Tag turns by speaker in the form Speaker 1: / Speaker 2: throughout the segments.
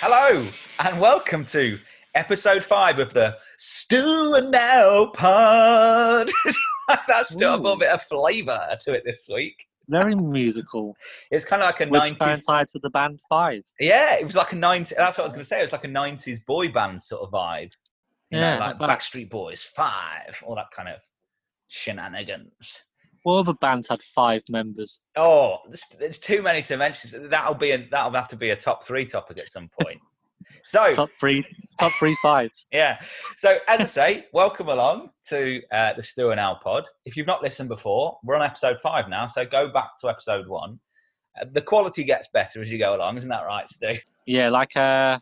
Speaker 1: Hello and welcome to episode five of the Stew and Now Pod. That's still a little
Speaker 2: Ooh.
Speaker 1: bit of flavour to it this week.
Speaker 2: Very musical.
Speaker 1: It's kind of like a
Speaker 2: Which
Speaker 1: nineties.
Speaker 2: coincides with the band Five.
Speaker 1: Yeah, it was like a nineties. That's what I was going to say. It was like a nineties boy band sort of vibe. You know,
Speaker 2: Yeah,
Speaker 1: like
Speaker 2: not bad.
Speaker 1: Backstreet Boys, Five, all that kind of shenanigans.
Speaker 2: What other bands had five members?
Speaker 1: Oh, there's, there's too many to mention. That'll be a, that'll have to be a top three topic at some point. So
Speaker 2: Top three, top three, five.
Speaker 1: yeah. So as I say, welcome along to uh, the Stu and Al pod. If you've not listened before, we're on episode five now, so go back to episode one. Uh, the quality gets better as you go along, isn't that right, Stu?
Speaker 2: Yeah, like a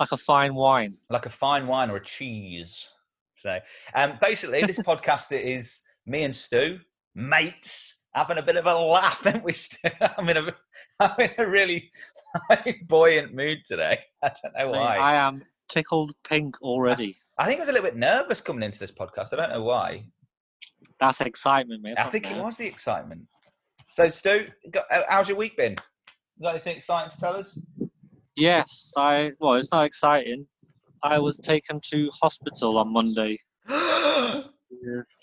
Speaker 2: like a fine wine.
Speaker 1: Like a fine wine or a cheese. So, um, basically, this podcast is me and Stu, mates, having a bit of a laugh, haven't we, Stu? I'm in a, I'm in a really buoyant mood today. I don't know
Speaker 2: I-
Speaker 1: why.
Speaker 2: I am tickled pink already.
Speaker 1: I think I was a little bit nervous coming into this podcast. I don't know why.
Speaker 2: That's excitement, mate.
Speaker 1: I think it was the excitement. So, Stu, got, how- how's your week been? You got anything exciting to tell us?
Speaker 2: Yes, I. Well, it's not exciting. I was taken to hospital on Monday.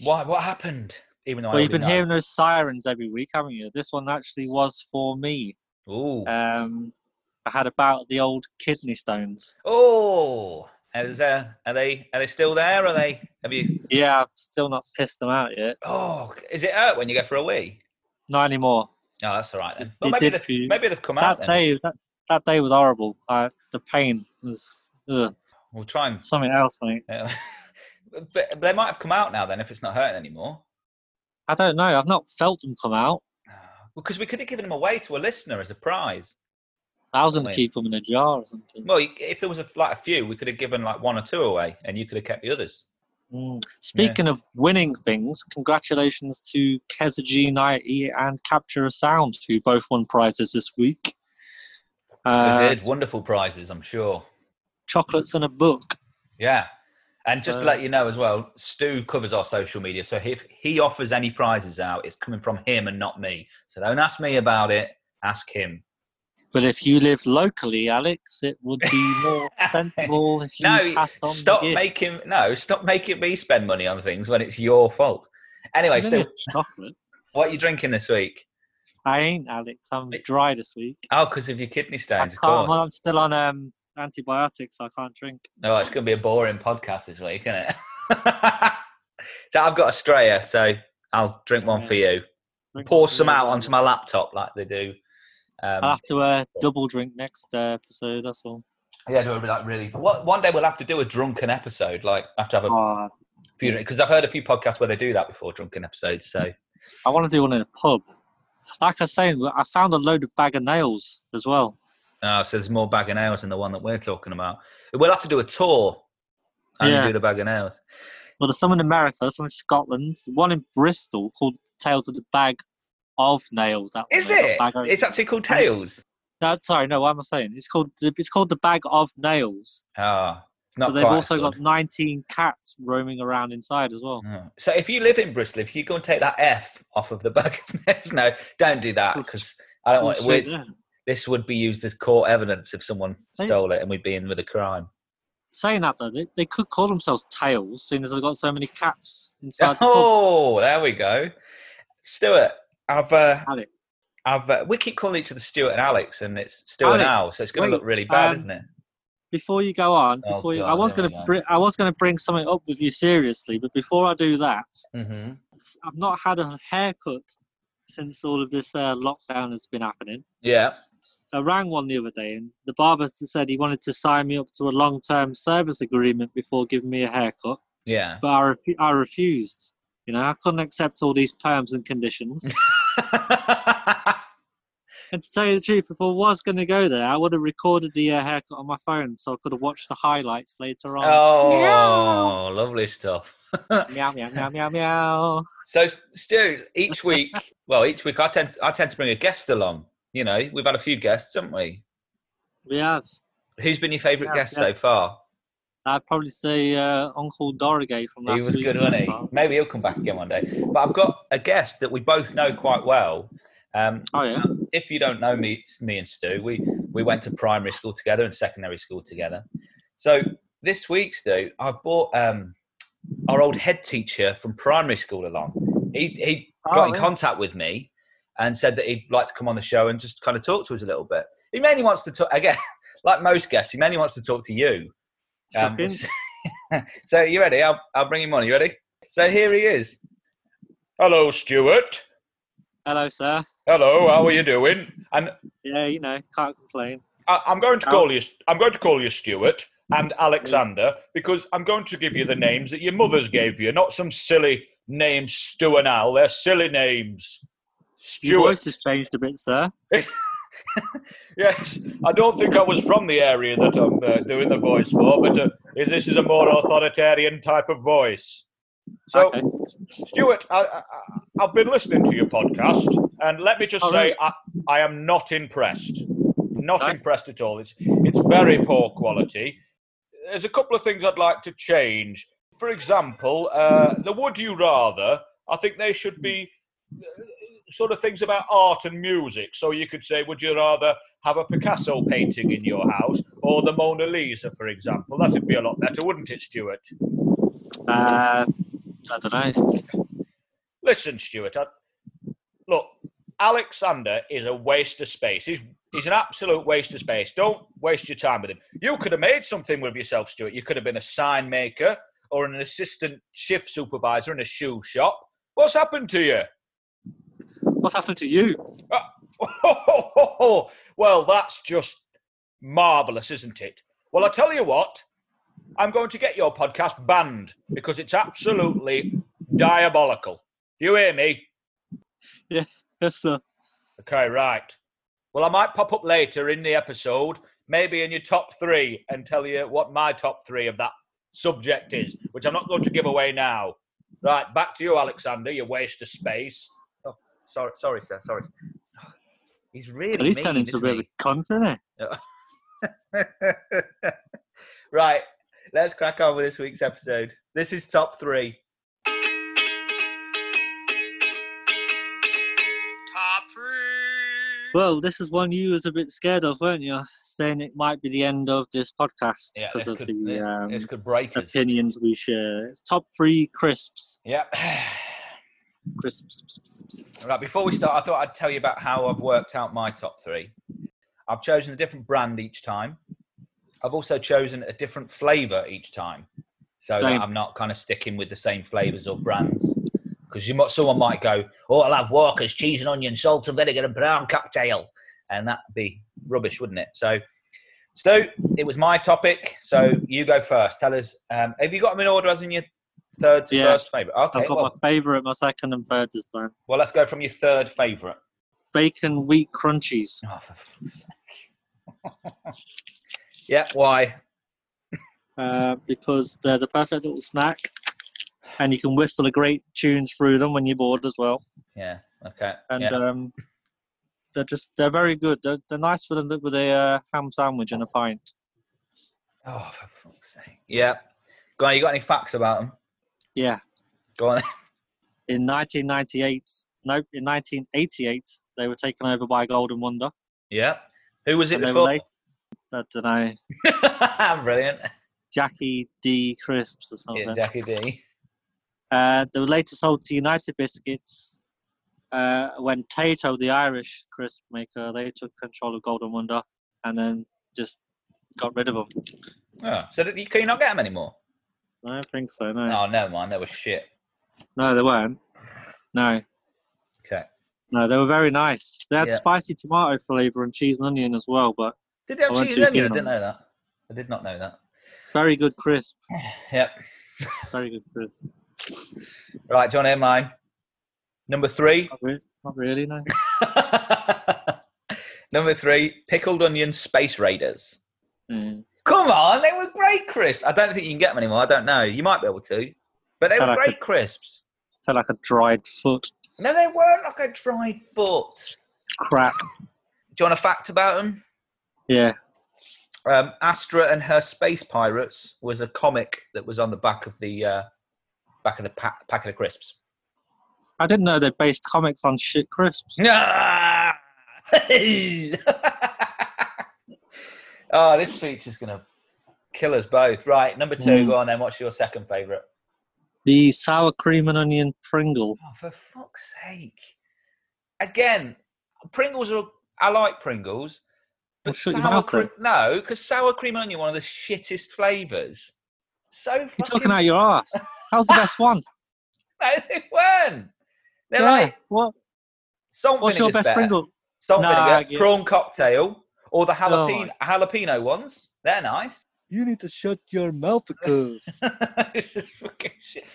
Speaker 1: Why? What happened? Even though I
Speaker 2: Well, you've
Speaker 1: already
Speaker 2: been
Speaker 1: know.
Speaker 2: hearing those sirens every week, haven't you? This one actually was for me.
Speaker 1: Ooh.
Speaker 2: Um, I had about the old kidney stones.
Speaker 1: oh. Is, uh, are they? Are they still there? Are they? Have you?
Speaker 2: Yeah, I've still not pissed them out yet.
Speaker 1: Oh, is it hurt when you go for a wee?
Speaker 2: Not anymore.
Speaker 1: No, that's all right then.
Speaker 2: It-
Speaker 1: Well,
Speaker 2: it
Speaker 1: maybe
Speaker 2: did
Speaker 1: they've,
Speaker 2: for you.
Speaker 1: maybe they've come out
Speaker 2: that
Speaker 1: then.
Speaker 2: day that, that day was horrible. I, the pain was ugh,
Speaker 1: We'll try and.
Speaker 2: something else, mate.
Speaker 1: Uh, but they might have come out now then if it's not hurting anymore.
Speaker 2: I don't know. I've not felt them come out.
Speaker 1: Because we could have given them away to a listener as a prize.
Speaker 2: I was going
Speaker 1: Wait.
Speaker 2: to keep them in a jar or something.
Speaker 1: Well, you- if there was a, like a few, we could have given like one or two away, and you could have kept the others.
Speaker 2: Mm. Speaking of winning things, congratulations to Keza G90 and Capture a Sound, who both won prizes this week.
Speaker 1: they
Speaker 2: Uh,
Speaker 1: did wonderful prizes, I'm sure.
Speaker 2: chocolates and a book.
Speaker 1: Yeah, and just to
Speaker 2: Uh,
Speaker 1: let you know as well, Stu covers our social media, so if he offers any prizes out, it's coming from him and not me. So don't ask me about it. Ask him.
Speaker 2: But if you lived locally, Alex, it would be more sensible if you
Speaker 1: No,
Speaker 2: passed on.
Speaker 1: stop
Speaker 2: the gift.
Speaker 1: making no, stop making me spend money on things when it's your fault. Anyway,
Speaker 2: Give me
Speaker 1: Stu,
Speaker 2: a chocolate.
Speaker 1: what are you drinking this week?
Speaker 2: I ain't Alex. I'm dry this week.
Speaker 1: Oh, because of your kidney
Speaker 2: I
Speaker 1: stones, of
Speaker 2: can't. Well,
Speaker 1: course.
Speaker 2: I'm still on um, antibiotics. I can't drink.
Speaker 1: Oh, it's going to be a boring podcast this week, isn't it? so I've got a strayer, so I'll drink one for you.
Speaker 2: drink
Speaker 1: Pour
Speaker 2: for
Speaker 1: some
Speaker 2: you.
Speaker 1: out onto my laptop like they do.
Speaker 2: I'll
Speaker 1: Um,
Speaker 2: have to uh, double drink next uh, episode. That's all.
Speaker 1: yeah, it'll be like really. What, one day we'll have to do a drunken episode. Like, I have to have a
Speaker 2: Oh,
Speaker 1: few because I've heard a few podcasts where they do that before drunken episodes. So,
Speaker 2: I want to do one in a pub. Like I was saying, I found a load of bag of nails as well.
Speaker 1: uh, so there's more bag of nails than the one that we're talking about. We'll have to do a tour and
Speaker 2: Yeah.
Speaker 1: do the bag of nails.
Speaker 2: Well, there's some in America, some in Scotland, one in Bristol called Tales of the Bag of Nails. That one
Speaker 1: Is
Speaker 2: is, not
Speaker 1: it?
Speaker 2: Bag of-
Speaker 1: It's actually called Tails.
Speaker 2: No, sorry, no. What am I saying? It's called the, it's called the Bag of Nails.
Speaker 1: Ah, it's not
Speaker 2: But they've
Speaker 1: quite
Speaker 2: also
Speaker 1: as good.
Speaker 2: got 19 cats roaming around inside as well.
Speaker 1: Oh. So if you live in Bristol, if you go and take that F off of the bag of nails, no, don't do that
Speaker 2: Well, s-
Speaker 1: because I don't
Speaker 2: All
Speaker 1: want
Speaker 2: straight
Speaker 1: we,
Speaker 2: there.
Speaker 1: this would be used as court evidence if someone
Speaker 2: Hey.
Speaker 1: stole it and we'd be in with a crime.
Speaker 2: saying that though, they, they could call themselves tails, seeing as they've got so many cats inside the pub.
Speaker 1: Oh, there we go, Stuart. I've uh,
Speaker 2: Alex.
Speaker 1: I've uh, we keep calling each other Stuart and Alex, and it's Stuart and
Speaker 2: Alex,
Speaker 1: Al, so it's going to
Speaker 2: wait,
Speaker 1: look really bad,
Speaker 2: um,
Speaker 1: isn't it?
Speaker 2: Before you go on,
Speaker 1: Oh,
Speaker 2: before you, I
Speaker 1: God,
Speaker 2: was
Speaker 1: here we
Speaker 2: gonna
Speaker 1: go.
Speaker 2: br- I was gonna bring something up with you seriously, but before I do that,
Speaker 1: Mm-hmm.
Speaker 2: I've not had a haircut since all of this uh, lockdown has been happening.
Speaker 1: Yeah.
Speaker 2: I rang one the other day, and the barber said he wanted to sign me up to a long-term service agreement before giving me a haircut,
Speaker 1: Yeah.
Speaker 2: but I, refu- I refused. You know, I couldn't accept all these terms and conditions. Um, And to tell you the truth, if I was going to go there, I would have recorded the uh, haircut on my phone so I could have watched the highlights later on.
Speaker 1: oh, lovely stuff. Oh.
Speaker 2: Meow, meow, meow, meow, meow.
Speaker 1: So, Stu, each week, well, each week I tend I tend to bring a guest along. You know, we've had a few guests, haven't we?
Speaker 2: We have.
Speaker 1: Who's been your favourite
Speaker 2: Yeah,
Speaker 1: guest
Speaker 2: yeah.
Speaker 1: so far?
Speaker 2: I'd probably say uh, Uncle Dorigay from
Speaker 1: He
Speaker 2: last
Speaker 1: was
Speaker 2: week. Oh,
Speaker 1: good, wasn't he? Maybe he'll come back again one day. But I've got a guest that we both know quite well. Um,
Speaker 2: Oh, yeah.
Speaker 1: if you don't know me, me and Stu, we
Speaker 3: we went to primary school together and secondary school together. So this week, Stu, I've brought um, our old head teacher from primary school along. He, he
Speaker 2: Oh,
Speaker 3: got in
Speaker 2: really?
Speaker 3: contact with me and said that he'd like to come on the show and just kind of talk to us a little bit. He mainly wants to talk, again, like most guests, he mainly wants to talk to you. Um,
Speaker 2: Shocking.
Speaker 3: so you ready? I'll, I'll bring him on. You ready? So here he is. Hello, Stuart.
Speaker 2: Hello, sir.
Speaker 3: Hello, how are you doing? And
Speaker 2: Yeah, you know, can't complain.
Speaker 3: I- I'm going to
Speaker 2: Oh.
Speaker 3: call you. I'm going to call you Stuart and Alexander because I'm going to give you the names that your mothers gave you, not some silly names, Stu and Al. They're silly names.
Speaker 2: Your voice
Speaker 3: Stuart.
Speaker 2: has changed a bit, sir.
Speaker 3: Yes, I don't think I was from the area that I'm uh, doing the voice for, but uh, this is a more authoritarian type of voice. So,
Speaker 2: okay.
Speaker 3: Stuart, I, I, I- I've been listening to your podcast, and let me just
Speaker 2: Oh,
Speaker 3: say
Speaker 2: really?
Speaker 3: I, I am not impressed. Not
Speaker 2: Okay.
Speaker 3: impressed at all. It's, it's very poor quality. There's a couple of things I'd like to change. For example, uh, the Would You Rather, I think they should be uh, sort of things about art and music. So you could say, Would you rather have a Picasso painting in your house or the Mona Lisa, for example? That would be a lot better, wouldn't it, Stuart?
Speaker 2: Uh, I don't know.
Speaker 3: Listen, Stuart. I, look, Alexander is a waste of space. He's he's an absolute waste of space. Don't waste your time with him. You could have made something with yourself, Stuart. You could have been a sign maker or an assistant shift supervisor in a shoe shop. What's happened to you?
Speaker 2: What happened to you?
Speaker 3: well, that's just marvelous, isn't it? Well, I tell you what, I'm going to get your podcast banned because it's absolutely diabolical. Do you hear me?
Speaker 2: Yes, sir.
Speaker 3: Okay, right. Well, I might pop up later in the episode, maybe in your top three, and tell you what my top three of that subject is, which I'm not going to give away now. Right, back to you, Alexander. You waste of space. Oh, sorry, sorry, sir. Sorry. He's really.
Speaker 2: But he's
Speaker 3: mean,
Speaker 2: turned into a
Speaker 3: isn't
Speaker 2: bit of
Speaker 3: he?
Speaker 2: a cunt, isn't he?
Speaker 3: right, let's crack on with this week's episode. This is top three.
Speaker 1: Top three.
Speaker 2: Well, this is one you was a bit scared of, weren't you? Saying it might be the end of this podcast
Speaker 3: Yeah,
Speaker 2: because
Speaker 3: this
Speaker 2: of
Speaker 3: could-
Speaker 2: the
Speaker 3: yeah,
Speaker 2: um,
Speaker 3: This could break us.
Speaker 2: opinions we share. It's top three crisps.
Speaker 3: Yep.
Speaker 2: Crisps.
Speaker 3: Right, before we start, I thought I'd tell you about how I've worked out my top three. I've chosen a different brand each time. I've also chosen a different flavour each time, so that
Speaker 2: Same.
Speaker 3: I'm not kind of sticking with the same flavours or brands. Because you might, someone might go, "Oh, I'll have Walker's cheese and onion, salt and vinegar, and brown cocktail," and that'd be rubbish, wouldn't it? So, Stu, it was my topic, so you go first. Tell us, um, have you got them in order as in your third to
Speaker 2: Yeah.
Speaker 3: first favourite? Okay,
Speaker 2: I've got
Speaker 3: well,
Speaker 2: my favourite, my second, and third this time.
Speaker 3: well, let's go from your third favourite.
Speaker 2: Bacon wheat crunchies.
Speaker 3: Oh, for fuck's sake. yeah, why?
Speaker 2: uh, because they're the perfect little snack, and you can whistle a great tune through them when you're bored as well.
Speaker 3: Yeah, okay.
Speaker 2: And
Speaker 3: yeah.
Speaker 2: um, they're just they're very good. They're, they're nice for them with a uh, ham sandwich and a pint.
Speaker 3: oh, for fuck's sake. Yeah. Go on, you got any facts about them?
Speaker 2: Yeah,
Speaker 3: Go on.
Speaker 2: in 1998, no, in 1988 they were taken over by Golden Wonder.
Speaker 3: yeah. Who was it
Speaker 2: and they were
Speaker 3: before?
Speaker 2: late. I don't know,
Speaker 3: Brilliant.
Speaker 2: Jackie D crisps or something.
Speaker 3: Yeah, Jackie D.
Speaker 2: Uh, they were later sold to United Biscuits. Uh, when Tato, the Irish crisp maker, they took control of Golden Wonder and then just got rid of them.
Speaker 3: Oh, so that you, can you not get them anymore?
Speaker 2: I don't think so. No,
Speaker 3: Oh, never mind. They were shit.
Speaker 2: no, they weren't. No,
Speaker 3: Okay.
Speaker 2: no, they were very nice. They had
Speaker 3: Yeah.
Speaker 2: spicy tomato flavour and cheese and onion as well, but
Speaker 3: Did they have
Speaker 2: I weren't
Speaker 3: cheese
Speaker 2: too
Speaker 3: and onion? I
Speaker 2: keen on
Speaker 3: didn't know that. I did not know that.
Speaker 2: very good crisp.
Speaker 3: Yep.
Speaker 2: Very good crisp.
Speaker 3: Right, John, hear mine. Number three.
Speaker 2: Not, re- not really, no.
Speaker 3: Number three, pickled onion space raiders.
Speaker 2: Mm.
Speaker 3: Come on, they were great crisps. I don't think you can get them anymore. I don't know. You might be able to, but they
Speaker 2: So
Speaker 3: were
Speaker 2: like
Speaker 3: great crisps.
Speaker 2: Felt like a dried foot.
Speaker 3: No, they weren't like a dried foot.
Speaker 2: Crap.
Speaker 3: Do you want a fact about them?
Speaker 2: Yeah.
Speaker 3: Um, Astra and her space pirates was a comic that was on the back of the uh, back of the pack, packet of crisps.
Speaker 2: I didn't know they based comics on shit crisps.
Speaker 3: No.
Speaker 1: Oh, this feature's going to kill us both. Right, number two.
Speaker 2: Mm.
Speaker 1: Go on then. What's your second favourite?
Speaker 2: The sour cream and onion Pringle.
Speaker 1: Oh, for fuck's sake! Again, Pringles are. I like Pringles,
Speaker 2: Well,
Speaker 1: but
Speaker 2: shut your
Speaker 1: sour
Speaker 2: mouth
Speaker 1: cream. No, because sour cream and onion are one of the shittest flavors. So fucking.
Speaker 2: You're talking out your ass. That was the best one.
Speaker 1: No, they weren't. They're
Speaker 2: yeah.
Speaker 1: like
Speaker 2: what,
Speaker 1: salt
Speaker 2: what's your
Speaker 1: vinegar's
Speaker 2: best
Speaker 1: better.
Speaker 2: Pringle?
Speaker 1: Salt
Speaker 2: Nah,
Speaker 1: vinegar,
Speaker 2: yeah.
Speaker 1: prawn cocktail, or the
Speaker 2: Oh,
Speaker 1: jalapeno jalapeno ones. They're nice.
Speaker 2: You need to shut your mouth because.
Speaker 1: It's just fucking shit.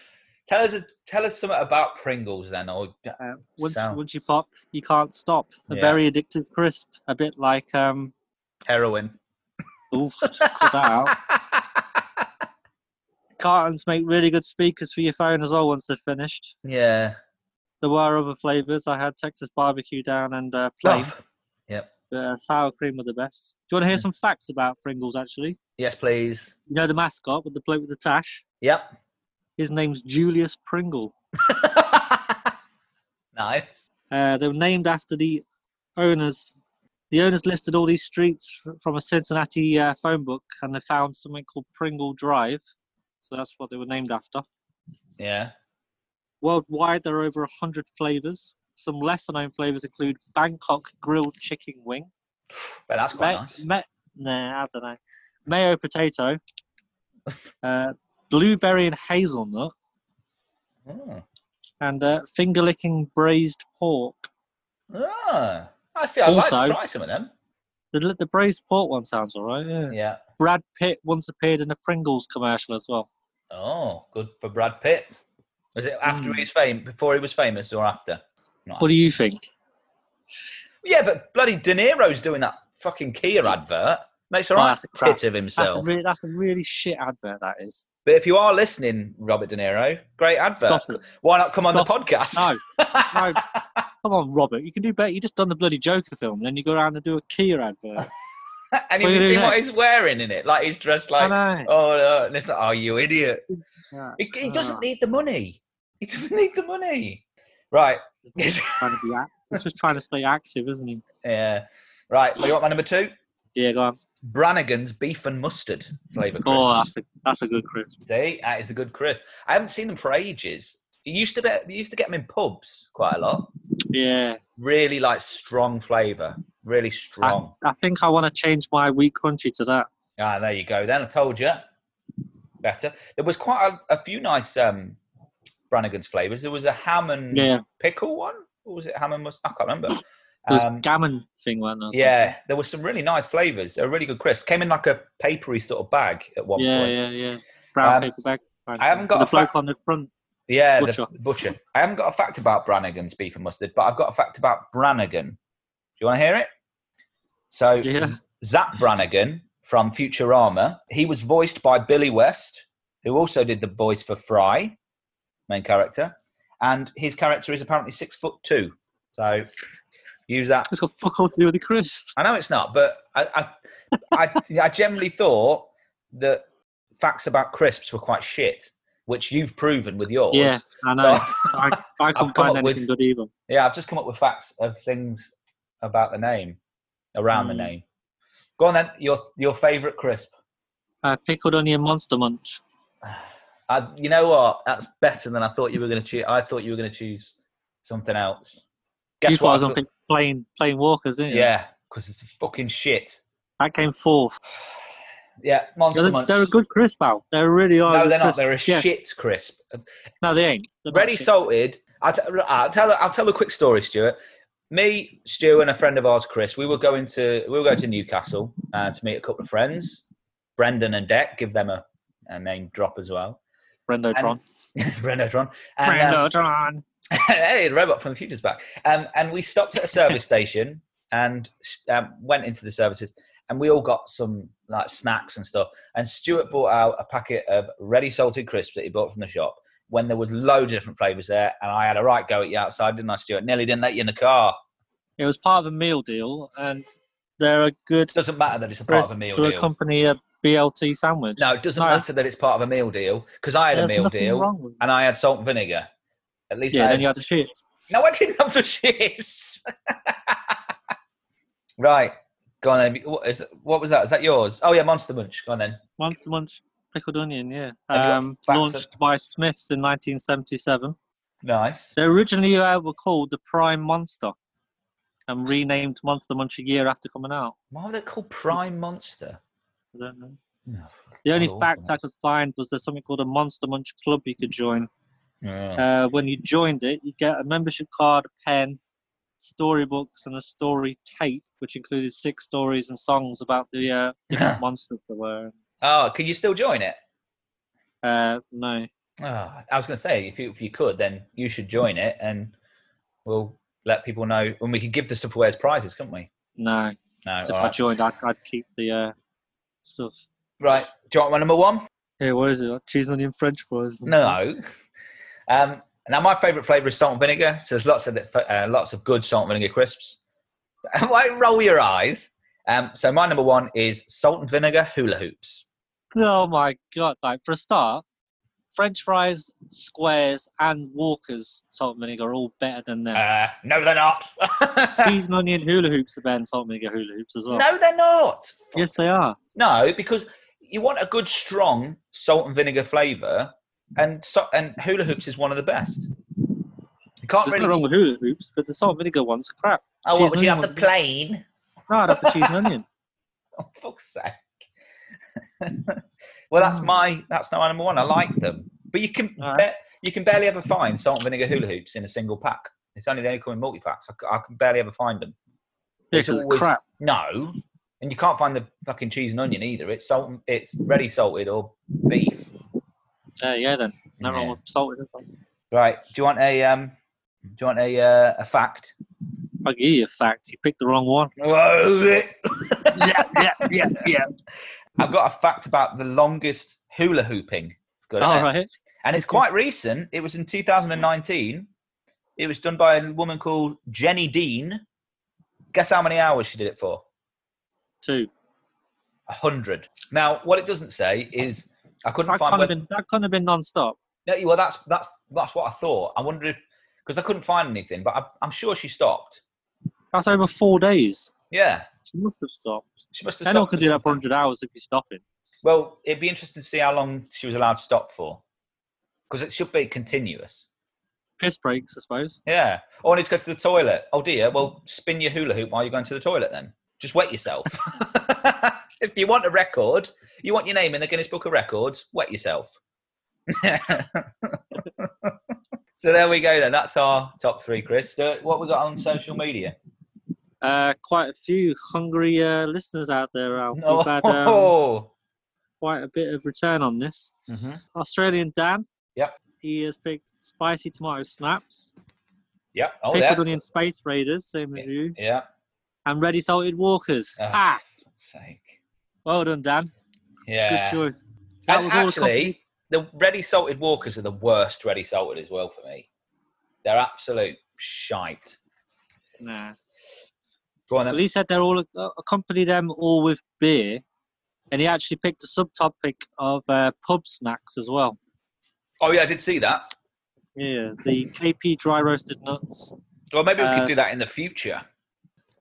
Speaker 1: Tell us, tell us something about Pringles then, or
Speaker 2: Uh, once,
Speaker 1: So-
Speaker 2: once you pop, you can't stop. A
Speaker 1: Yeah.
Speaker 2: very addictive crisp, a bit like um.
Speaker 1: heroin.
Speaker 2: Ooh, cut that out. Cartons make really good speakers for your phone as well. Once they're finished,
Speaker 1: yeah.
Speaker 2: there were other flavors. I had Texas barbecue down and uh, plain.
Speaker 1: Love.
Speaker 2: but, uh, sour cream were the best. Do you want to hear some facts about Pringles? Actually,
Speaker 1: Yes, please.
Speaker 2: you know the mascot with the bloke with the tash.
Speaker 1: Yep.
Speaker 2: His name's Julius Pringle.
Speaker 1: nice.
Speaker 2: Uh, they were named after the owners. The owners listed all these streets f- from a Cincinnati uh, phone book, and they found something called Pringle Drive. So that's what they were named after.
Speaker 1: Yeah.
Speaker 2: Worldwide, there are over 100 flavors. Some lesser known flavors include Bangkok grilled chicken wing,
Speaker 1: But that's quite nice.
Speaker 2: ma- nah, I don't know, mayo potato, uh, blueberry and hazelnut,
Speaker 1: Mm.
Speaker 2: and uh, finger licking braised pork.
Speaker 1: Ah. I see. I'd like
Speaker 2: Also-
Speaker 1: to try some of them.
Speaker 2: The, the braised pork one sounds all right, yeah.
Speaker 1: Yeah.
Speaker 2: Brad Pitt once appeared in a Pringles commercial as well.
Speaker 1: Oh, good for Brad Pitt. Was it after
Speaker 2: Mm.
Speaker 1: his fame, before he was famous, or after? Not
Speaker 2: What do you think?
Speaker 1: Yeah, but bloody De Niro's doing that fucking Kia advert. Makes a
Speaker 2: Oh,
Speaker 1: right
Speaker 2: that's a crap-
Speaker 1: tit of
Speaker 2: That's a,
Speaker 1: himself.
Speaker 2: really, that's a really shit advert. That is.
Speaker 1: But if you are listening, Robert De Niro, great advert.
Speaker 2: Stop it.
Speaker 1: Why not come on the
Speaker 2: Stop
Speaker 1: podcast?
Speaker 2: No, no. Come on, Robert. You can do better. You just done the bloody Joker film, then you go around and do a Kia advert.
Speaker 1: and
Speaker 2: What
Speaker 1: you
Speaker 2: are you
Speaker 1: can see
Speaker 2: doing
Speaker 1: what he's wearing in it. Like he's dressed like,
Speaker 2: I know.
Speaker 1: oh, uh, listen, oh, you idiot.
Speaker 2: Yeah,
Speaker 1: He, he doesn't
Speaker 2: Ah.
Speaker 1: need the money. He doesn't need the money. Right.
Speaker 2: trying to be act- he's just trying to stay active, isn't he?
Speaker 1: yeah. Right. You want my number two?
Speaker 2: Yeah, go on.
Speaker 1: Brannigan's beef and mustard flavour.
Speaker 2: Oh,
Speaker 1: crisps.
Speaker 2: that's a that's a good crisp.
Speaker 1: See, that is a good crisp. I haven't seen them for ages. You used to be, you used to get them in pubs quite a lot.
Speaker 2: Yeah,
Speaker 1: Really like strong flavour. Really strong.
Speaker 2: I think I want to change my wheat crunchy to that.
Speaker 1: Ah, there you go. Then I told you. Better. There was quite a, a few nice um, Brannigan's flavours. There was a ham and
Speaker 2: Yeah,
Speaker 1: pickle one, or was it ham and mustard? I can't remember.
Speaker 2: it was
Speaker 1: Um,
Speaker 2: gammon thing one. Or something.
Speaker 1: yeah, there was some really nice flavours. They were really good crisp. Came in like a papery sort of bag at one
Speaker 2: yeah,
Speaker 1: point.
Speaker 2: yeah, yeah. Brown
Speaker 1: Um,
Speaker 2: paper bag.
Speaker 1: I haven't got
Speaker 2: the
Speaker 1: a
Speaker 2: bloke
Speaker 1: fact-
Speaker 2: on the front.
Speaker 1: Yeah, the
Speaker 2: Butcher.
Speaker 1: butcher. I haven't got a fact about Brannigan's beef and mustard, but I've got a fact about Brannigan. Do you want to hear it? So,
Speaker 2: Yeah.
Speaker 1: Zap Brannigan from Futurama, he was voiced by Billy West, who also did the voice for Fry, main character, and his character is apparently six foot two. So, use that.
Speaker 2: It's got fuck all to do with the crisp.
Speaker 1: I know it's not, but I, I, I, I generally thought that facts about crisps were quite shit, which you've proven with yours.
Speaker 2: Yeah, I
Speaker 1: So-
Speaker 2: know. I, I
Speaker 1: come
Speaker 2: couldn't find
Speaker 1: up with-
Speaker 2: anything good either.
Speaker 1: Yeah, I've just come up with facts of things about the name, around the
Speaker 2: Mm.
Speaker 1: name. Go on then. Your your favourite crisp.
Speaker 2: Uh, pickled onion monster munch.
Speaker 1: I, you know what? That's better than I thought you were going to choose. I thought you were going to choose something else. Guess
Speaker 2: you thought I was
Speaker 1: I
Speaker 2: going to
Speaker 1: thought-
Speaker 2: pick plain, plain walkers, didn't you?
Speaker 1: Yeah, because it's fucking shit.
Speaker 2: That came fourth.
Speaker 1: Yeah, monster
Speaker 2: They're,
Speaker 1: Munch.
Speaker 2: they're a good crisp out. They really are.
Speaker 1: no,
Speaker 2: good
Speaker 1: they're not.
Speaker 2: crisp.
Speaker 1: They're a
Speaker 2: Yeah.
Speaker 1: shit crisp.
Speaker 2: No, they ain't. They're not
Speaker 1: Ready
Speaker 2: Oh, shit.
Speaker 1: salted. I'll, t- I'll tell. I'll tell a quick story, Stuart. Me, Stu, and a friend of ours, Chris. We were going to we were going to Newcastle uh, to meet a couple of friends, Brendan and Deck. Give them a, a name drop as well.
Speaker 2: Brendotron.
Speaker 1: Brendotron. And, um,
Speaker 2: Brendotron.
Speaker 1: hey, the robot from the future's back. Um, and we stopped at a service station and um, went into the services, and we all got some like snacks and stuff. And Stuart brought out a packet of ready salted crisps that he bought from the shop when there was loads of different flavors there. And I had a right go at you outside, didn't I, Stuart? Nearly didn't let you in the car.
Speaker 2: It was part of a meal deal, and they're a good
Speaker 1: It doesn't matter that it's a part
Speaker 2: crisp
Speaker 1: of a meal
Speaker 2: to
Speaker 1: deal.
Speaker 2: accompany a BLT sandwich.
Speaker 1: No, it doesn't
Speaker 2: No.
Speaker 1: matter that it's part of a meal deal because I had a
Speaker 2: There's
Speaker 1: meal
Speaker 2: nothing
Speaker 1: deal
Speaker 2: wrong with it.
Speaker 1: and I had salt and vinegar. At least
Speaker 2: Yeah,
Speaker 1: I
Speaker 2: then you had the shit.
Speaker 1: No, I didn't have the shits. right. Go on then. What, is, what was that? Is that yours? Oh yeah, Monster Munch. Go on then.
Speaker 2: Monster Munch Pickled Onion, yeah.
Speaker 1: Have you got
Speaker 2: Um,
Speaker 1: facts of-
Speaker 2: launched by Smiths in 1977.
Speaker 1: Nice.
Speaker 2: They originally uh, were called the Prime Monster and renamed Monster Munch a year after coming out.
Speaker 1: Why were they called Prime Monster?
Speaker 2: I don't know.
Speaker 1: Oh,
Speaker 2: The only
Speaker 1: Oh,
Speaker 2: fact I
Speaker 1: nice.
Speaker 2: could find was there's something called a Monster Munch Club you could join.
Speaker 1: Yeah.
Speaker 2: Uh, when you joined it, you get a membership card, a pen, storybooks, and a story tape, which included six stories and songs about the uh, different monsters there were.
Speaker 1: Oh, can you still join it?
Speaker 2: Uh, no,
Speaker 1: Oh, I was going to say, if you, if you could, then you should join it, and we'll let people know. And we could give the stuff away as prizes, couldn't we?
Speaker 2: no.
Speaker 1: No.
Speaker 2: So if
Speaker 1: all
Speaker 2: I
Speaker 1: right.
Speaker 2: joined, I'd, I'd keep the uh, stuff.
Speaker 1: right. Do you want my number one?
Speaker 2: Hey, what is it? Like cheese onion French fries?
Speaker 1: No.
Speaker 2: Mm-hmm.
Speaker 1: Um, now, my favourite flavour is salt and vinegar. So there's lots of the- uh, lots of good salt and vinegar crisps. Why roll your eyes? Um, so my number one is salt and vinegar hula hoops.
Speaker 2: Oh my god! Like for a start, French fries, squares, and Walkers salt and vinegar are all better than them.
Speaker 1: Uh, no, they're not.
Speaker 2: cheese and onion hula hoops are better than salt and vinegar hula hoops as well.
Speaker 1: Uh, no, they're not.
Speaker 2: Yes, they are.
Speaker 1: No, because you want a good, strong salt and vinegar flavour, and so, and hula hoops is one of the best. You can't
Speaker 2: There's
Speaker 1: really.
Speaker 2: nothing wrong with hula hoops, but the salt and vinegar ones are crap.
Speaker 1: oh,
Speaker 2: cheese
Speaker 1: what would you
Speaker 2: and
Speaker 1: have the
Speaker 2: onion.
Speaker 1: plain?
Speaker 2: No, I'd have the cheese and onion.
Speaker 1: Oh, fuck's sake! well, that's
Speaker 2: Mm.
Speaker 1: my that's my number one. I like them, but you can
Speaker 2: All
Speaker 1: ba- you can barely ever find salt and vinegar hula hoops in a single pack. It's only they only come in multi packs. I, c- I can barely ever find them.
Speaker 2: Yeah,
Speaker 1: It's
Speaker 2: 'cause it's
Speaker 1: always-
Speaker 2: crap.
Speaker 1: No, and you can't find the fucking cheese and onion either. It's salt. and- It's ready salted or beef.
Speaker 2: There you go then. No
Speaker 1: Yeah.
Speaker 2: wrong with salt. is there?
Speaker 1: Right. Do you want a um? Do you want a uh, a fact?
Speaker 2: I give you a fact. You picked the wrong one.
Speaker 1: I've
Speaker 2: yeah, yeah, yeah, yeah.
Speaker 1: got a fact about the longest hula hooping. It's good,
Speaker 2: All
Speaker 1: isn't it?
Speaker 2: right.
Speaker 1: And it's quite recent. It was in 2019. It was done by a woman called Jenny Dean. Guess how many hours she did it for?
Speaker 2: Two.
Speaker 1: A hundred. Now, what it doesn't say is I couldn't
Speaker 2: That
Speaker 1: find.
Speaker 2: couldn't have
Speaker 1: Whether,
Speaker 2: been, that couldn't have been non-stop.
Speaker 1: No, well, that's that's that's what I thought. I wonder if because I couldn't find anything, but I, I'm sure she stopped.
Speaker 2: That's over four days.
Speaker 1: Yeah,
Speaker 2: She must have stopped.
Speaker 1: she must have.
Speaker 2: Anyone
Speaker 1: stopped
Speaker 2: can
Speaker 1: for
Speaker 2: do that for
Speaker 1: something.
Speaker 2: 100 hours if you stop it.
Speaker 1: Well, it'd be interesting to see how long she was allowed to stop for, because it should be continuous.
Speaker 2: Piss breaks, I suppose.
Speaker 1: Yeah. Oh, I need to go to the toilet. Oh dear. Well, spin your hula hoop while you're going to the toilet. Then just wet yourself. if you want a record, you want your name in the Guinness Book of Records. Wet yourself. so there we go. Then that's our top three, Chris. Stuart, What we got on social media?
Speaker 2: Uh, quite a few hungry uh, listeners out there. Al. We've had um,
Speaker 1: Oh.
Speaker 2: quite a bit of return on this.
Speaker 1: Mhm.
Speaker 2: Australian Dan.
Speaker 1: Yep.
Speaker 2: He has picked spicy tomato snaps,
Speaker 1: Yep. Oh,
Speaker 2: pickled
Speaker 1: yeah.
Speaker 2: onion space raiders, same as you,
Speaker 1: Yeah.
Speaker 2: and ready salted walkers.
Speaker 1: Ah.
Speaker 2: Ah,
Speaker 1: Sake.
Speaker 2: well done, Dan.
Speaker 1: Yeah.
Speaker 2: Good choice. That
Speaker 1: And
Speaker 2: was all the
Speaker 1: actually, the ready salted walkers are the worst ready salted as well for me. They're absolute shite.
Speaker 2: Nah.
Speaker 1: Go on
Speaker 2: But
Speaker 1: then.
Speaker 2: he said they're all uh, accompany them all with beer, and he actually picked a subtopic of uh, pub snacks as well.
Speaker 1: Oh yeah, I did see that.
Speaker 2: Yeah, the KP dry roasted nuts.
Speaker 1: Well, maybe we
Speaker 2: Uh,
Speaker 1: could do that
Speaker 2: s-
Speaker 1: in the future.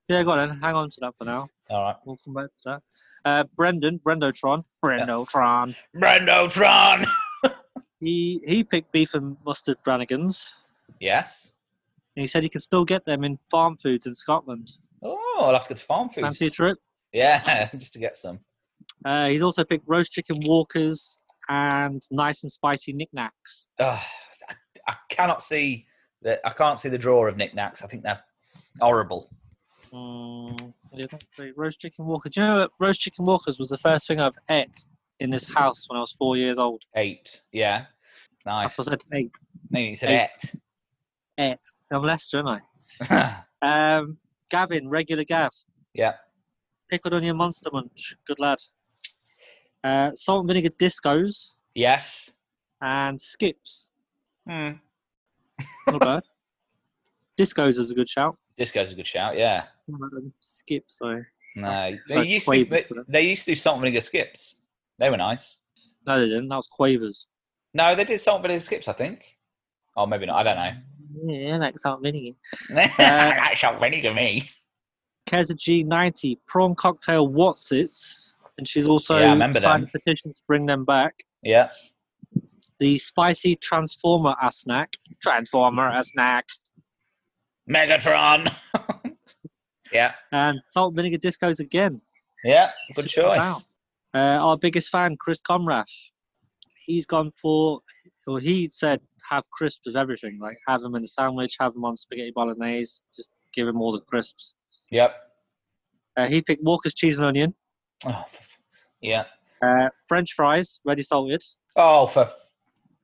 Speaker 2: Yeah, go on. Then. Hang on to that for now.
Speaker 1: All right,
Speaker 2: We'll come back to that. Uh, Brendan, Brendotron, Brendotron.
Speaker 1: Brendotron.
Speaker 2: He he picked beef and mustard Brannigans,
Speaker 1: Yes.
Speaker 2: and he said you can still get them in farm foods in Scotland.
Speaker 1: Oh, I'll have to go to farm food.
Speaker 2: Fancy a trip?
Speaker 1: Yeah, just to get some.
Speaker 2: Uh, he's also picked roast chicken walkers and nice and spicy knickknacks.
Speaker 1: Ugh, I, I cannot see the. I can't see the draw of knickknacks. I think they're horrible.
Speaker 2: Mm, yeah, that's great. roast chicken walker. Do you know what? roast chicken walkers was the first thing I've ate in this house when I was four years old.
Speaker 1: Eight. Yeah. Nice.
Speaker 2: That's what I said. Ate,
Speaker 1: No, you said
Speaker 2: ate. I'm Leicester, aren't I?
Speaker 1: eight.
Speaker 2: Um, Gavin, regular Gav.
Speaker 1: Yeah.
Speaker 2: Pickled onion monster munch. Good lad. Uh, salt and vinegar discos
Speaker 1: yes.
Speaker 2: and skips.
Speaker 1: Hmm.
Speaker 2: Not bad. Discos is a good shout.
Speaker 1: Disco's a good shout. Yeah.
Speaker 2: Not bad. Skips, sorry.
Speaker 1: No, they
Speaker 2: like
Speaker 1: used to.
Speaker 2: quavers
Speaker 1: They,
Speaker 2: for that.
Speaker 1: they used to do salt and vinegar skips. They were nice.
Speaker 2: No, they didn't. That was Quavers.
Speaker 1: No, they did salt and vinegar skips. I think. Oh, maybe not. I don't know.
Speaker 2: Yeah, like salt and vinegar.
Speaker 1: That's not vinegar, me.
Speaker 2: Kezaji 90 prawn cocktail Watsits, and she's also
Speaker 1: Yeah, I remember
Speaker 2: signed
Speaker 1: them.
Speaker 2: a petition to bring them back.
Speaker 1: Yeah.
Speaker 2: The spicy Transformer a snack, Transformer a snack,
Speaker 1: Megatron. yeah.
Speaker 2: and Salt and Vinegar Discos again.
Speaker 1: Yeah.
Speaker 2: It's
Speaker 1: Good
Speaker 2: just
Speaker 1: choice.
Speaker 2: about. Uh, our biggest fan, Chris Comrath, he's gone for, well, he said have crisps with everything, like have them in a sandwich, have them on spaghetti bolognese, just give him all the crisps.
Speaker 1: Yep.
Speaker 2: Uh, he picked Walker's cheese and onion,
Speaker 1: Oh, yeah.
Speaker 2: uh, French fries, ready salted,
Speaker 1: Oh, for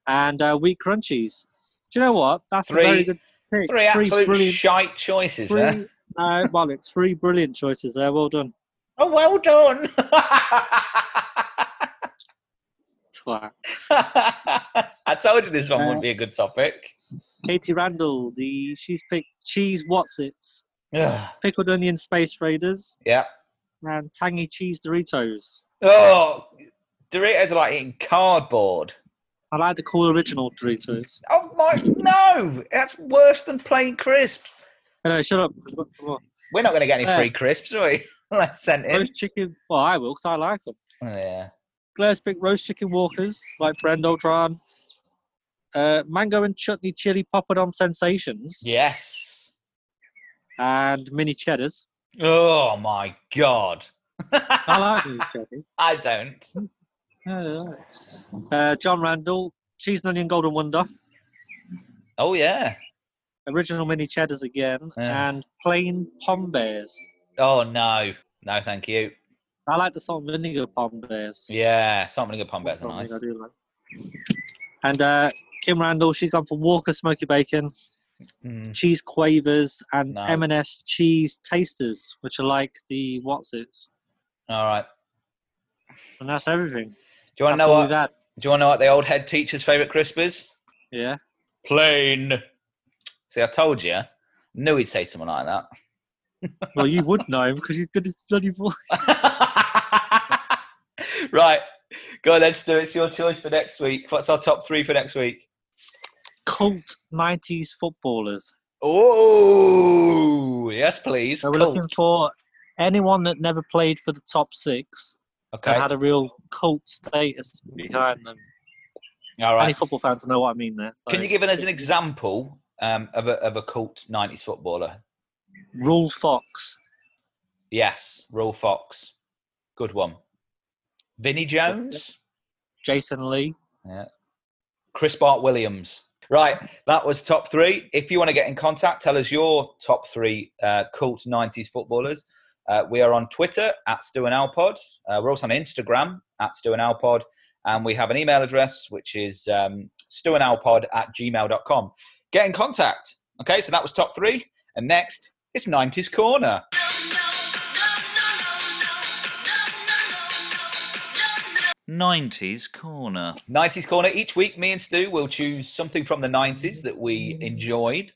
Speaker 2: and uh, wheat crunchies. Do you know what? That's a
Speaker 1: Three-
Speaker 2: very good pick.
Speaker 1: three absolute
Speaker 2: brilliant,
Speaker 1: shite choices
Speaker 2: three,
Speaker 1: there.
Speaker 2: no, well, it's three brilliant choices there. Well done.
Speaker 1: Oh, well done.
Speaker 2: Twat.
Speaker 1: I told you this one
Speaker 2: Uh,
Speaker 1: wouldn't be a good topic.
Speaker 2: Katie Randall, the she's picked cheese Watsits,
Speaker 1: Ugh,
Speaker 2: pickled onion space raiders,
Speaker 1: yeah.
Speaker 2: and tangy cheese Doritos.
Speaker 1: Oh, Doritos are like eating cardboard.
Speaker 2: I like the cool original Doritos.
Speaker 1: Oh my no! That's worse than plain crisps.
Speaker 2: No, no, shut up. I've got some more.
Speaker 1: We're not going to get any
Speaker 2: Uh,
Speaker 1: free crisps, are we? Let's send in.
Speaker 2: Roast chicken. Well, I will because I like them.
Speaker 1: Yeah.
Speaker 2: Glass picked roast chicken walkers like Brand Ultron. Uh, mango and chutney chili poppadom sensations
Speaker 1: Yes.
Speaker 2: and mini cheddars.
Speaker 1: Oh my god.
Speaker 2: I like mini cheddars.
Speaker 1: I don't.
Speaker 2: Yeah, they are. Uh, John Randall, cheese and onion golden wonder,
Speaker 1: Oh yeah.
Speaker 2: original mini cheddars again,
Speaker 1: Yeah.
Speaker 2: and plain pom bears.
Speaker 1: Oh no. No, thank you.
Speaker 2: I like the salt and vinegar pom bears.
Speaker 1: Yeah, something good pump bets are
Speaker 2: Pom
Speaker 1: nice.
Speaker 2: bears I do like. And uh, Kim Randall, she's gone for Walker smoky bacon,
Speaker 1: Mm.
Speaker 2: cheese quavers, and
Speaker 1: No.
Speaker 2: M&S cheese tasters, which are like the what's it?
Speaker 1: All right.
Speaker 2: And that's everything.
Speaker 1: Do you want
Speaker 2: That's
Speaker 1: to know
Speaker 2: all
Speaker 1: what?
Speaker 2: we've had.
Speaker 1: Do you want to know what the old head teacher's favourite crisp is?
Speaker 2: Yeah.
Speaker 1: Plain. See, I told you. Knew he'd say something like that.
Speaker 2: Well, you would know because you did his bloody voice.
Speaker 1: right. Go on, then, Stu. It's your choice for next week. What's our top three for next week?
Speaker 2: Cult 90s footballers.
Speaker 1: Oh, yes, please.
Speaker 2: So we're
Speaker 1: Cool.
Speaker 2: looking for anyone that never played for the top six
Speaker 1: Okay.
Speaker 2: and had a real cult status behind them.
Speaker 1: All
Speaker 2: Any
Speaker 1: right.
Speaker 2: football fans know what I mean there. So.
Speaker 1: Can you give us an example um, of, a, of a cult 90s footballer?
Speaker 2: Rule Fox.
Speaker 1: Yes, Raw Fox. Good one. Vinnie Jones?
Speaker 2: Jason Lee.
Speaker 1: Chris Bart Williams. Right, that was top three. If you want to get in contact, tell us your top three uh, cult 90s footballers. Uh, we are on Twitter at Stu and Alpod. Uh, we're also on Instagram at Stu and Alpod. And we have an email address, which is um, stewandalpod at gmail.com. Get in contact. Okay, so that was top three. And next, it's 90s Corner. Nineties Corner. Nineties Corner. Each week, me and Stu will choose something from the nineties that we enjoyed,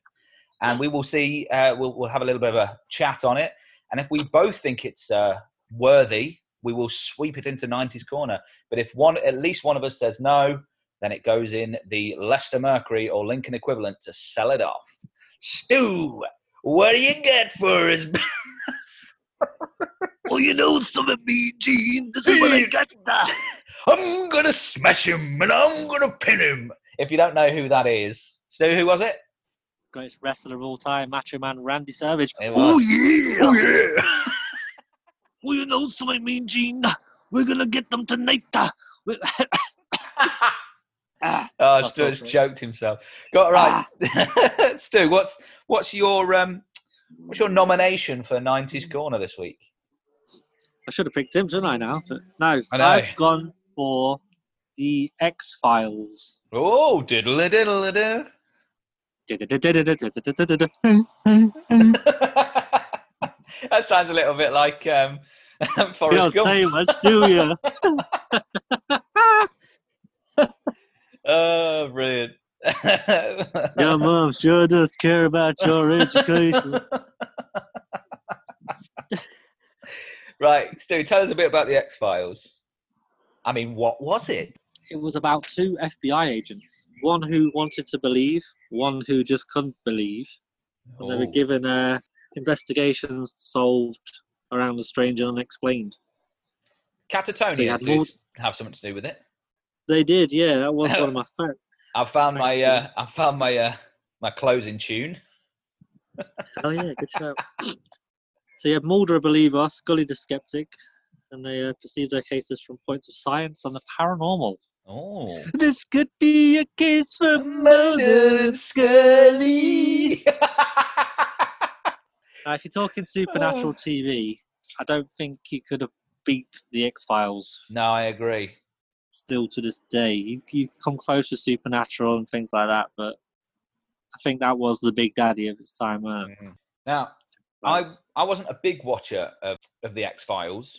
Speaker 1: and we will see. Uh, we'll, we'll have a little bit of a chat on it, and if we both think it's uh, worthy, we will sweep it into nineties Corner. But if one, at least one of us says no, then it goes in the Leicester Mercury or Lincoln equivalent to sell it off. Stu, what do you get for us?
Speaker 2: Well, you know something, me, Gene. This
Speaker 1: is what I
Speaker 2: got.
Speaker 1: I'm gonna smash him and I'm gonna pin him. If you don't know who that is, Stu, who was it?
Speaker 2: Greatest wrestler of all time, Macho Man Randy Savage.
Speaker 1: It
Speaker 2: Oh
Speaker 1: was.
Speaker 2: yeah!
Speaker 1: yeah.
Speaker 2: Well, you know something, Mean Gene. We're gonna get them tonight. We- Ah,
Speaker 1: oh,
Speaker 2: That's
Speaker 1: Stu has
Speaker 2: awful.
Speaker 1: choked himself. Got right, Stu. What's what's your um what's your nomination for
Speaker 2: Hmm.
Speaker 1: '90s Corner this week?
Speaker 2: I should have picked him, shouldn't I? Now, but no,
Speaker 1: I know.
Speaker 2: I've gone for the X Files.
Speaker 1: Oh, diddly diddly do.
Speaker 2: Forrest
Speaker 1: that sounds a little bit like um, Forrest Gump.
Speaker 2: say much, do you?
Speaker 1: Oh, brilliant.
Speaker 2: Your mom sure does care about your education.
Speaker 1: right, Stu, tell us a bit about the X Files. I mean, what was it?
Speaker 2: it was about two FBI agents, one who wanted to believe, one who just couldn't believe. And they were
Speaker 1: Oh,
Speaker 2: given a, investigations solved around the strange and unexplained. They
Speaker 1: Catatonia
Speaker 2: had
Speaker 1: did
Speaker 2: more-
Speaker 1: have something to do with it.
Speaker 2: They did, yeah. That was one of my favorites.
Speaker 1: I found my
Speaker 2: Thank
Speaker 1: uh, I found my uh, my closing tune.
Speaker 2: Oh yeah, good shout. so you had Mulder a believer, Scully the skeptic, and they uh, perceived their cases from points of science and the paranormal.
Speaker 1: Oh,
Speaker 2: This could be a case for murder.
Speaker 1: Scully.
Speaker 2: Now, if you're talking supernatural TV, I don't think you could have beat the X Files.
Speaker 1: no, I agree.
Speaker 2: Still to this day, you, you've come close to supernatural and things like that, but I think that was the big daddy of its time. Uh,
Speaker 1: Mhm. Now, I I wasn't a big watcher of, of the X Files,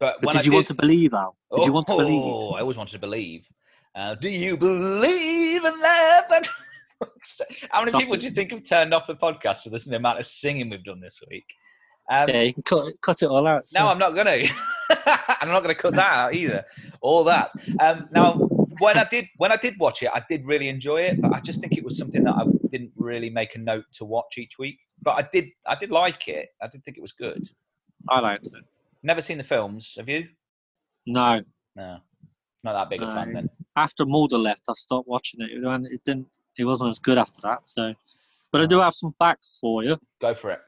Speaker 1: but,
Speaker 2: But
Speaker 1: when
Speaker 2: did
Speaker 1: I
Speaker 2: you
Speaker 1: did,
Speaker 2: want to believe, Al? Did you want to
Speaker 1: Oh,
Speaker 2: believe?
Speaker 1: I always wanted to believe. Uh, do you believe in love? And- How many
Speaker 2: Stop
Speaker 1: people
Speaker 2: it.
Speaker 1: do you think have turned off the podcast for this and the amount of singing we've done this week? Um,
Speaker 2: Yeah, you can cut, cut it all out.
Speaker 1: No, I'm not going to. I'm not going to cut that out either. All that. Um, now, when I did when I did watch it, I did really enjoy it, but I just think it was something that I didn't really make a note to watch each week. But I did I did like it. I did think it was good.
Speaker 2: I liked it.
Speaker 1: Never seen the films, have you?
Speaker 2: No,
Speaker 1: No, not that big a fan
Speaker 2: No.
Speaker 1: then.
Speaker 2: after Mulder left, I stopped watching it. It, ran- it didn't. It wasn't as good after that. So, but
Speaker 1: Oh.
Speaker 2: I do have some facts for you.
Speaker 1: Go for it.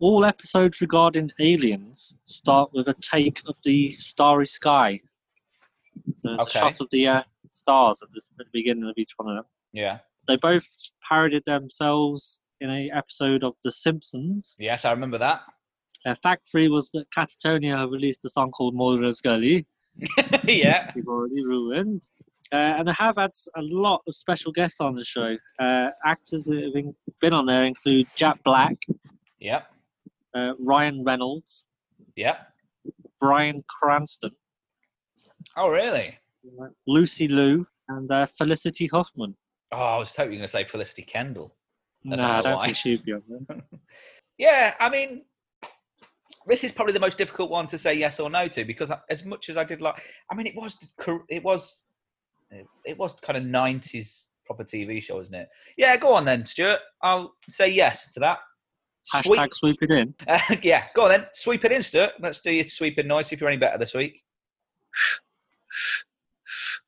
Speaker 2: All episodes regarding aliens start with a take of the starry sky. So it's
Speaker 1: Okay.
Speaker 2: a shot of the uh, stars at, this, at the beginning of each one of them.
Speaker 1: Yeah.
Speaker 2: They both parodied themselves in a episode of The Simpsons.
Speaker 1: Yes, I remember that.
Speaker 2: Uh, fact three was that Catatonia released a song called Mulder and Scully.
Speaker 1: yeah.
Speaker 2: We've already ruined. Uh, and I have had s- a lot of special guests on the show. Uh, actors that have been, been on there include Jack Black,
Speaker 1: Yep.
Speaker 2: uh, Ryan Reynolds,
Speaker 1: Yep.
Speaker 2: Brian Cranston,
Speaker 1: Oh, really?
Speaker 2: Lucy Liu, and uh, Felicity Huffman.
Speaker 1: Oh, I was totally going to say Felicity Kendall. I don't
Speaker 2: no, I
Speaker 1: know
Speaker 2: don't
Speaker 1: why.
Speaker 2: think she'd be on there.
Speaker 1: Yeah, I mean, this is probably the most difficult one to say yes or no to because I- as much as I did like, I mean, it was cor- it was it was kind of nineties proper TV show, isn't it? Yeah, go on then, Stuart. I'll say yes to that. Sweep-
Speaker 2: Hashtag sweep it in.
Speaker 1: Uh, yeah, go on then. Sweep it in, Stuart. Let's do your sweeping noise if you're any better this week.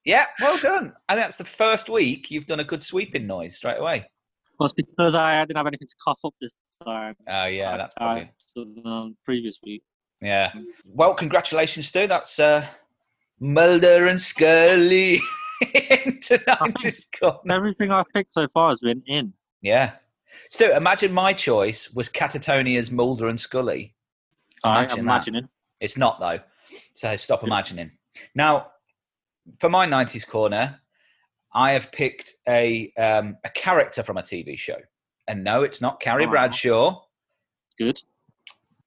Speaker 1: Yeah, well done. And that's the first week you've done a good sweeping noise straight away.
Speaker 2: Well, it's because I didn't have anything to cough up this time.
Speaker 1: Oh, yeah, that's probably.
Speaker 2: Than on previous week.
Speaker 1: Yeah. Well, congratulations, Stu. That's uh, Mulder and Scully into 90s corner.
Speaker 2: Everything I've picked so far has been in.
Speaker 1: Yeah. Stu, imagine my choice was Catatonia's Mulder and Scully. Imagine
Speaker 2: I'm
Speaker 1: that.
Speaker 2: imagining.
Speaker 1: It's not, though. So stop imagining. Now, for my 90s corner, I have picked a, um, a character from a TV show. And no, it's not Carrie
Speaker 2: Aw.
Speaker 1: Bradshaw.
Speaker 2: Good.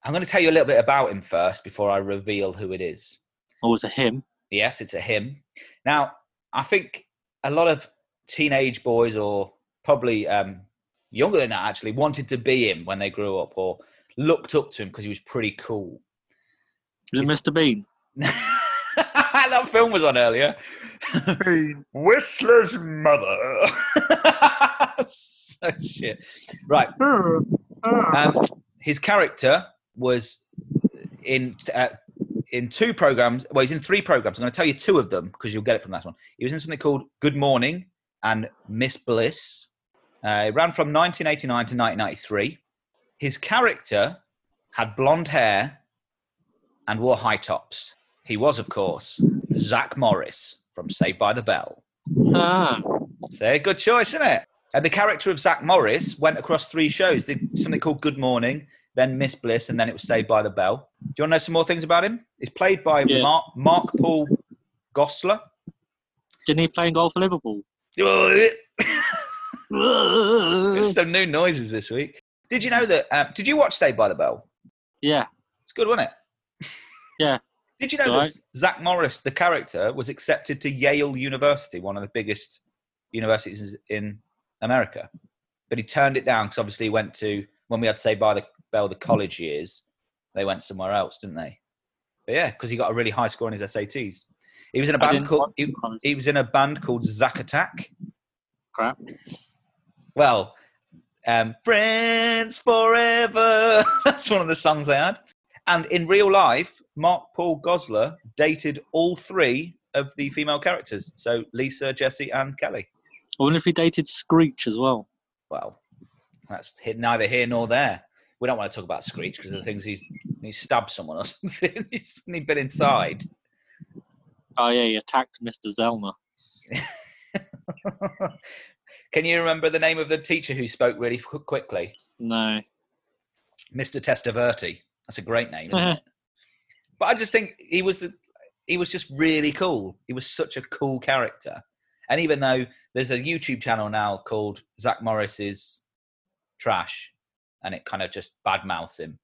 Speaker 1: I'm going to tell you a little bit about him first before I reveal who it is.
Speaker 2: Or was it him?
Speaker 1: Yes, it's a him. Now, I think a lot of teenage boys, or probably um, younger than that, actually wanted to be him when they grew up, or looked up to him because he was pretty cool.
Speaker 2: Was it Mr. Bean?
Speaker 1: that film was on earlier. Whistler's mother. so shit. Right. Um, his character was in uh, in two programs. Well, he's in three programs. I'm going to tell you two of them because you'll get it from that one. He was in something called Good Morning and Miss Bliss. Uh, it ran from 1989 to 1993. His character had blonde hair and wore high tops. He was, of course, Zach Morris from Saved by the Bell.
Speaker 2: Ah.
Speaker 1: So good choice, isn't it? And the character of Zach Morris went across three shows. Did something called Good Morning, then Miss Bliss, and then it was Saved by the Bell. Do you want to know some more things about him? He's played by
Speaker 2: Yeah.
Speaker 1: Mark, Mark Paul Gossler.
Speaker 2: Didn't he play in goal for Liverpool?
Speaker 1: There's some new noises this week. Did you know that? Uh, did you watch Saved by the Bell?
Speaker 2: yeah.
Speaker 1: It's good, wasn't it?
Speaker 2: Yeah.
Speaker 1: Did you know
Speaker 2: Right.
Speaker 1: that Zach Morris, the character, was accepted to Yale University, one of the biggest universities in America? But he turned it down because obviously he went to, when we had Saved by the Bell, the college years, they went somewhere else, didn't they? But yeah, because he got a really high score on his SATs. He was in a
Speaker 2: I
Speaker 1: band
Speaker 2: didn't
Speaker 1: called
Speaker 2: watch
Speaker 1: he,
Speaker 2: Colours.
Speaker 1: he was in a band called Zack Attack.
Speaker 2: Crap.
Speaker 1: Well, Um, Friends Forever. That's one of the songs they had. And in real life, Mark Paul Gosler dated all three of the female characters. So Lisa, Jesse, and Kelly.
Speaker 2: I wonder if he dated Screech as well.
Speaker 1: Well, that's he- neither here nor there. We don't want to talk about Screech because of the things he's he stabbed someone or something. he's he'd been inside.
Speaker 2: Oh yeah, he attacked Mr. Zelmer.
Speaker 1: Can you remember the name of the teacher who spoke really qu- quickly?
Speaker 2: No.
Speaker 1: Mr. Testaverde. That's a great name, isn't
Speaker 2: Uh-huh.
Speaker 1: it? But I just think he was the, he was just really cool. He was such a cool character. And even though there's a YouTube channel now called Zach Morris's Trash, and it kind of just badmouths him.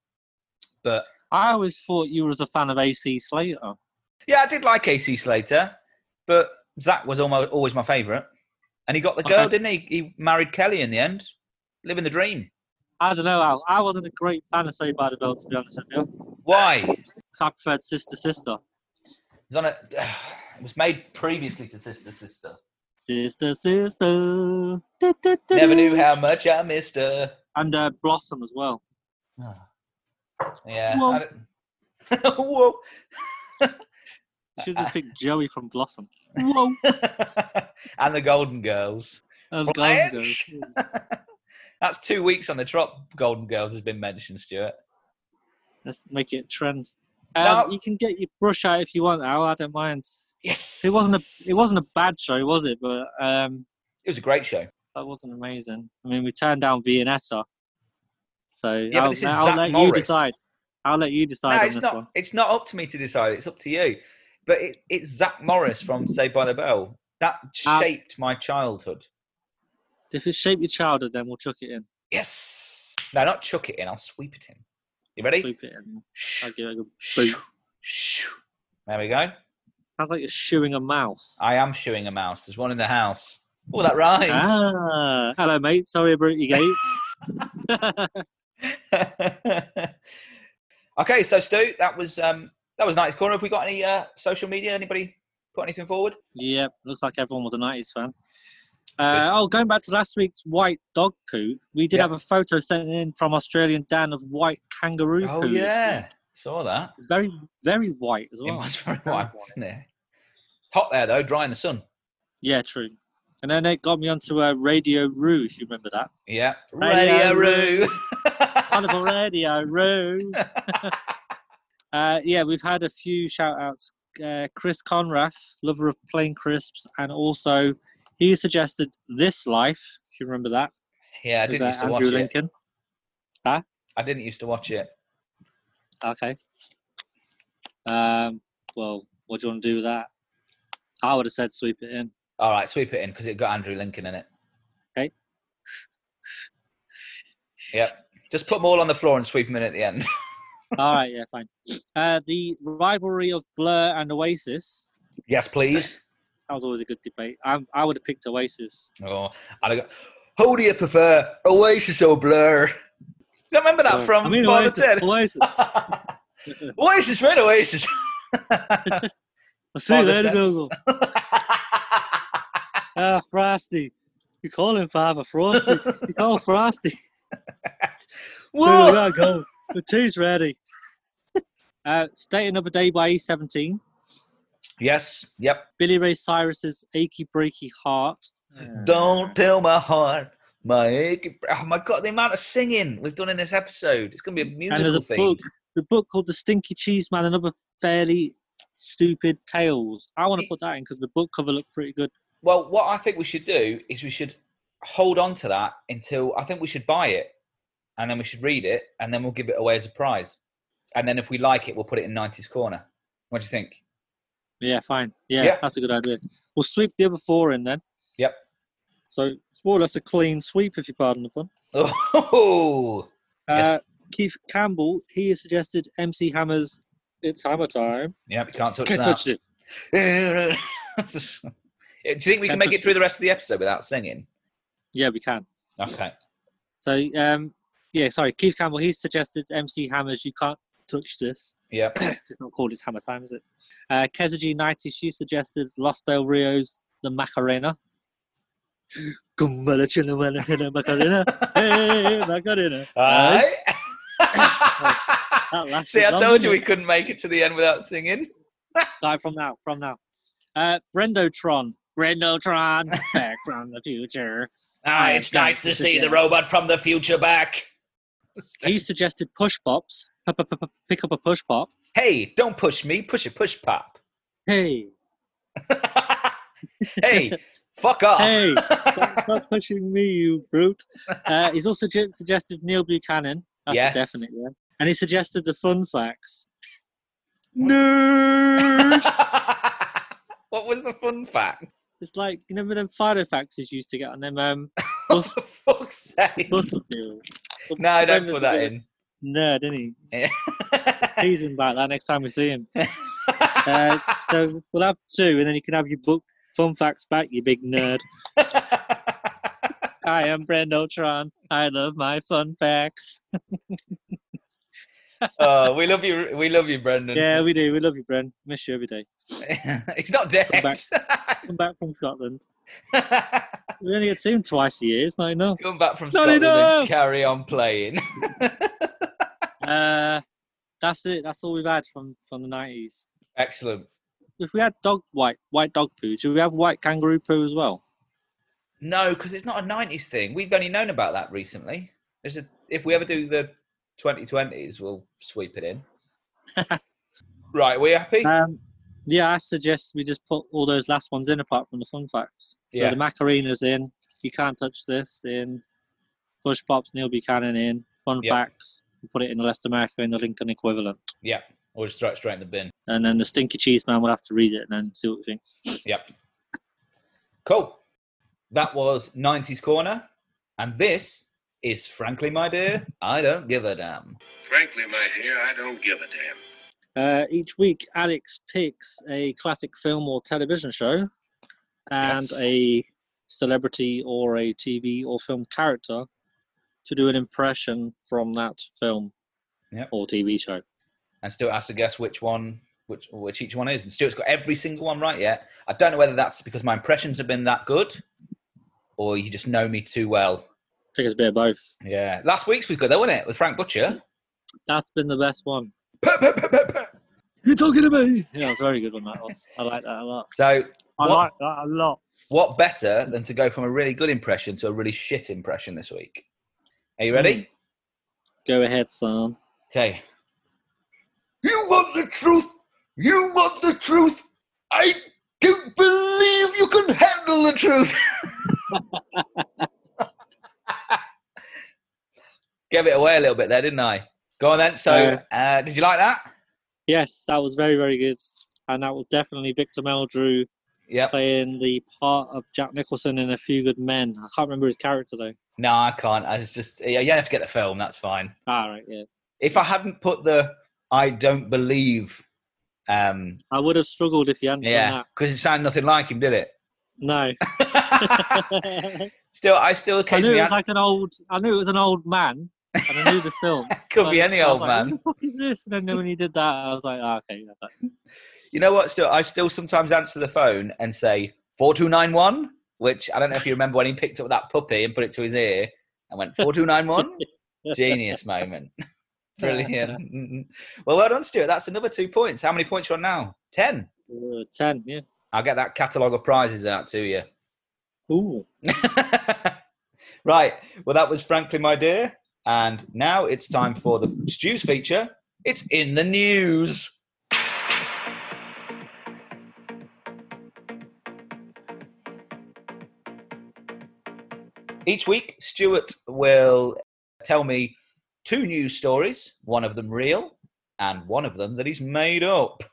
Speaker 1: But
Speaker 2: I always thought you was a fan of AC Slater.
Speaker 1: yeah, I did like AC Slater, but Zach was almost always my favourite. And he got the
Speaker 2: Okay.
Speaker 1: girl, didn't he? He married Kelly in the end, living the dream.
Speaker 2: I don't know, Al. I wasn't a great fan of Saved by the Bell, to be honest with you. 'cause
Speaker 1: Why? It
Speaker 2: I preferred Sister Sister.
Speaker 1: was on a. It was made previously to Sister Sister.
Speaker 2: Sister Sister.
Speaker 1: Never knew how much I missed her.
Speaker 2: And uh, Blossom as well.
Speaker 1: Yeah.
Speaker 2: Whoa.
Speaker 1: I don't- Whoa.
Speaker 2: Should just picked Joey from Blossom. Whoa.
Speaker 1: and the Golden Girls.
Speaker 2: That was
Speaker 1: Blanche.
Speaker 2: golden.
Speaker 1: That's two weeks on the trot. Golden Girls has been mentioned, Stuart.
Speaker 2: Let's make it a trend.
Speaker 1: No.
Speaker 2: Um, You can get your brush out if you want, Al. I don't mind.
Speaker 1: Yes.
Speaker 2: It wasn't a it wasn't a bad show, was it? But um,
Speaker 1: It was a great show.
Speaker 2: that wasn't amazing. I mean, we turned down Vianetta, so
Speaker 1: but
Speaker 2: I'll,
Speaker 1: this is
Speaker 2: I'll
Speaker 1: Zach
Speaker 2: let you
Speaker 1: Morris.
Speaker 2: decide. I'll let you decide
Speaker 1: no,
Speaker 2: on
Speaker 1: it's
Speaker 2: this
Speaker 1: not.
Speaker 2: one.
Speaker 1: It's not up to me to decide. It's up to you. But it, it's Zach Morris from Saved by the Bell that
Speaker 2: Um,
Speaker 1: shaped my childhood.
Speaker 2: If it shaped your childhood, then we'll chuck it in.
Speaker 1: Yes. No, not chuck it in. I'll sweep it in. You ready?
Speaker 2: Sweep it in.
Speaker 1: Shoo,
Speaker 2: I'll give it a good
Speaker 1: shoo,
Speaker 2: boot.
Speaker 1: shoo. There we go.
Speaker 2: Sounds like you're shooing a mouse.
Speaker 1: I am shooing a mouse. There's one in the house. Oh, that rhymes.
Speaker 2: Ah, hello, mate. Sorry about your gate. Ah.
Speaker 1: okay, so Stu, that was um, that was nice corner. Have we got any uh, social media? Anybody put anything forward?
Speaker 2: Yeah, looks like everyone was a 90s fan. Uh, oh, going back to last week's white dog poo, we did
Speaker 1: Yeah.
Speaker 2: have a photo sent in from Australian Dan of white kangaroo poo.
Speaker 1: Oh yeah, saw that.
Speaker 2: It's very, very white as
Speaker 1: It
Speaker 2: well.
Speaker 1: was very
Speaker 2: very
Speaker 1: white,
Speaker 2: white.
Speaker 1: wasn't it? Hot there though, dry in the sun.
Speaker 2: Yeah, true. And then it got me onto uh, Radio Roo, if you remember that.
Speaker 1: Yeah,
Speaker 2: Radio
Speaker 1: Radio Roo.
Speaker 2: Carnival Radio Roo. uh, yeah, we've had a few shout outs. Uh, Chris Conrath, lover of plain crisps, and also he suggested This Life, if you remember that.
Speaker 1: yeah, I
Speaker 2: with,
Speaker 1: didn't
Speaker 2: uh,
Speaker 1: used to watch
Speaker 2: Andrew
Speaker 1: it.
Speaker 2: Lincoln.
Speaker 1: I didn't used to watch it.
Speaker 2: Okay. Um, well, what do you want to do with that? I would have said sweep it in.
Speaker 1: All right, sweep it in because it got Andrew Lincoln in it.
Speaker 2: Okay.
Speaker 1: Yep. Just put them all on the floor and sweep them in at the end.
Speaker 2: All right, yeah, fine. Uh, the rivalry of Blur and Oasis.
Speaker 1: yes, please.
Speaker 2: That was always a good debate. I, I would have picked Oasis.
Speaker 1: Oh, and I go, who do you prefer, Oasis or Blur? Do you remember that
Speaker 2: Uh,
Speaker 1: from
Speaker 2: I mean,
Speaker 1: Father
Speaker 2: Oasis,
Speaker 1: Ted?
Speaker 2: Oasis.
Speaker 1: Oasis, right? Oasis.
Speaker 2: I'll see you
Speaker 1: Father
Speaker 2: later,
Speaker 1: Ted.
Speaker 2: Google. Ah, Frosty. You call him Father Frosty. You call him Frosty. Google,
Speaker 1: Whoa!
Speaker 2: gotta go. The tea's ready. Uh, Stay Another Day by E17.
Speaker 1: Yes. Yep.
Speaker 2: Billy Ray Cyrus's Achy Breaky Heart.
Speaker 1: Hmm. Don't tell my heart, my achy. Oh my god, the amount of singing we've done in this episode. It's gonna be a musical
Speaker 2: and there's a
Speaker 1: thing.
Speaker 2: book, the book called The Stinky Cheese Man and Other Fairly Stupid Tales. I want to put that in because the book cover looked pretty good.
Speaker 1: Well, what I think we should do is we should hold on to that until I think we should buy it, and then we should read it, and then we'll give it away as a prize, and then if we like it, we'll put it in '90s corner. What do you think?
Speaker 2: Yeah, fine. Yeah,
Speaker 1: Yeah.
Speaker 2: that's a good idea. We'll sweep the other four in then.
Speaker 1: Yep.
Speaker 2: So it's more or less a clean sweep, if you pardon the pun.
Speaker 1: Oh, Yes.
Speaker 2: Uh, Keith Campbell, he has suggested MC Hammer's It's Hammer Time.
Speaker 1: yeah, we can't touch
Speaker 2: Can't
Speaker 1: that.
Speaker 2: touch it.
Speaker 1: do you think we can
Speaker 2: Can't
Speaker 1: make
Speaker 2: touch
Speaker 1: it through the rest of the episode without singing?
Speaker 2: Yeah, we can.
Speaker 1: Okay.
Speaker 2: So, um, yeah, sorry, Keith Campbell, he suggested MC Hammer's You Can't Touch This.
Speaker 1: Yep.
Speaker 2: it's not called It's Hammer Time, is it? Uh, Kezaji90, she suggested Los Del Rio's The Macarena. Gumbala chilla wella hilla macarena. Hey, macarena.
Speaker 1: All
Speaker 2: Uh, That
Speaker 1: right.
Speaker 2: lasted
Speaker 1: See, I
Speaker 2: long,
Speaker 1: told you
Speaker 2: didn't
Speaker 1: we couldn't make it to the end without singing.
Speaker 2: Right, from now, from now. Uh, Brendotron. Brendotron, back from the future.
Speaker 1: Ah,
Speaker 2: I
Speaker 1: it's
Speaker 2: have
Speaker 1: nice
Speaker 2: got
Speaker 1: to
Speaker 2: to
Speaker 1: see the
Speaker 2: suggest-
Speaker 1: robot from the future back.
Speaker 2: He suggested push pops. P- p- p- Pick up a push pop.
Speaker 1: Hey, don't push me. Push it, push pop.
Speaker 2: Hey,
Speaker 1: hey, fuck off.
Speaker 2: Hey. stop stop pushing me, you brute. Uh, he's also ju- suggested Neil Buchanan. That's
Speaker 1: Yes.
Speaker 2: a definite, yeah. And he suggested the fun facts.
Speaker 1: what was the fun fact?
Speaker 2: It's like, you remember them Fido facts he's used to get on them um,
Speaker 1: For
Speaker 2: bus,
Speaker 1: fuck's sake.
Speaker 2: bus deals?
Speaker 1: No, I don't
Speaker 2: Brendan's
Speaker 1: put
Speaker 2: a
Speaker 1: that
Speaker 2: bit
Speaker 1: in.
Speaker 2: of a Nerd, isn't he? Tease him about that next time we see him. Uh, So we'll have two, and then you can have your book fun facts back, you big nerd. I am Brendotron. I love my fun facts.
Speaker 1: oh, we love you. We love you, Brendan.
Speaker 2: Yeah, we do. We love you, Bren. Miss you every day.
Speaker 1: He's not dead.
Speaker 2: Come Come back from Scotland.
Speaker 1: Come
Speaker 2: We only get seen twice a year. It's not enough.
Speaker 1: back from
Speaker 2: Not
Speaker 1: Scotland and
Speaker 2: enough.
Speaker 1: carry on playing.
Speaker 2: Uh, that's it. That's all we've had from from the nineties.
Speaker 1: Excellent.
Speaker 2: If we had dog white white dog poo, should we have white kangaroo poo as well?
Speaker 1: No, because it's not a '90s thing. We've only known about that recently. There's a, if we ever do the 2020s, we'll sweep it in. right, we happy?
Speaker 2: Um, yeah, I suggest we just put all those last ones in apart from the fun facts. So
Speaker 1: Yeah.
Speaker 2: the Macarena's in. You can't touch this in. Push Pops, Neil Buchanan in. Fun
Speaker 1: Yep.
Speaker 2: facts. we put it in the Leicester America in the Lincoln equivalent.
Speaker 1: yeah, or just throw it straight in the bin.
Speaker 2: And then the Stinky Cheese Man will have to read it and then see what we think.
Speaker 1: Cool. That was 90s Corner. And this is Frankly, my dear, I don't give a damn.
Speaker 4: Frankly, my dear, I don't give a damn.
Speaker 2: Uh, each week, Alex picks a classic film or television show and
Speaker 1: Yes.
Speaker 2: a celebrity or a TV or film character to do an impression from that film
Speaker 1: Yep.
Speaker 2: or TV show.
Speaker 1: And Stuart has to guess which one, which which each one is. And Stuart's got every single one right yet. I don't know whether that's because my impressions have been that good, or you just know me too well.
Speaker 2: I think it's a bit of both.
Speaker 1: Yeah, last week's was good though, wasn't it? With Frank Butcher.
Speaker 2: That's been the best one.
Speaker 1: Purr, purr, purr, purr, purr.
Speaker 2: You're talking to me? Yeah, it was a very good one. That was. I like that a lot.
Speaker 1: So,
Speaker 2: I
Speaker 1: What-
Speaker 2: like that a lot.
Speaker 1: what better than to go from a really good impression to a really shit impression this week? Are you ready?
Speaker 2: Go ahead, son.
Speaker 1: Hmm. Okay. You want the truth? You want the truth? I don't believe you can handle the truth. Gave it away a little bit there, didn't I? Go on then. So, uh, did you like that?
Speaker 2: Yes, that was very, very good. And that was definitely Victor Meldrew
Speaker 1: Yep.
Speaker 2: playing the part of Jack Nicholson in A Few Good Men. I can't remember his character though.
Speaker 1: No, I can't. I was just yeah, you have to get the film. That's fine.
Speaker 2: Ah, right, yeah.
Speaker 1: If I hadn't put the "I don't believe," um,
Speaker 2: I would have struggled if you hadn't
Speaker 1: yeah,
Speaker 2: done
Speaker 1: because it sounded nothing like him, did it?
Speaker 2: that.
Speaker 1: still, I still
Speaker 2: No, I knew
Speaker 1: occasionally
Speaker 2: it was
Speaker 1: had-
Speaker 2: like an old. I knew it was an old man, and I knew the film.
Speaker 1: could be
Speaker 2: I-
Speaker 1: any
Speaker 2: I was
Speaker 1: old
Speaker 2: like,
Speaker 1: man.
Speaker 2: What the fuck is this? And then when he did that, I was like, ah, okay. yeah, that-
Speaker 1: You know what? Still, I still sometimes answer the phone and say four two nine one, which I don't know if you remember when he picked up that puppy and put it to his ear and went four two nine one. Genius moment, brilliant. Mm-hmm. well, well done, Stuart. That's another two points. How many points you on now? Ten.
Speaker 2: Uh, Ten, yeah.
Speaker 1: I'll get that catalogue of prizes out to you.
Speaker 2: Ooh,
Speaker 1: right. Well, that was frankly my dear, and now it's time for the Stu's feature. It's in the news. Each week, Stuart will tell me two news stories, one of them real and one of them that he's made up.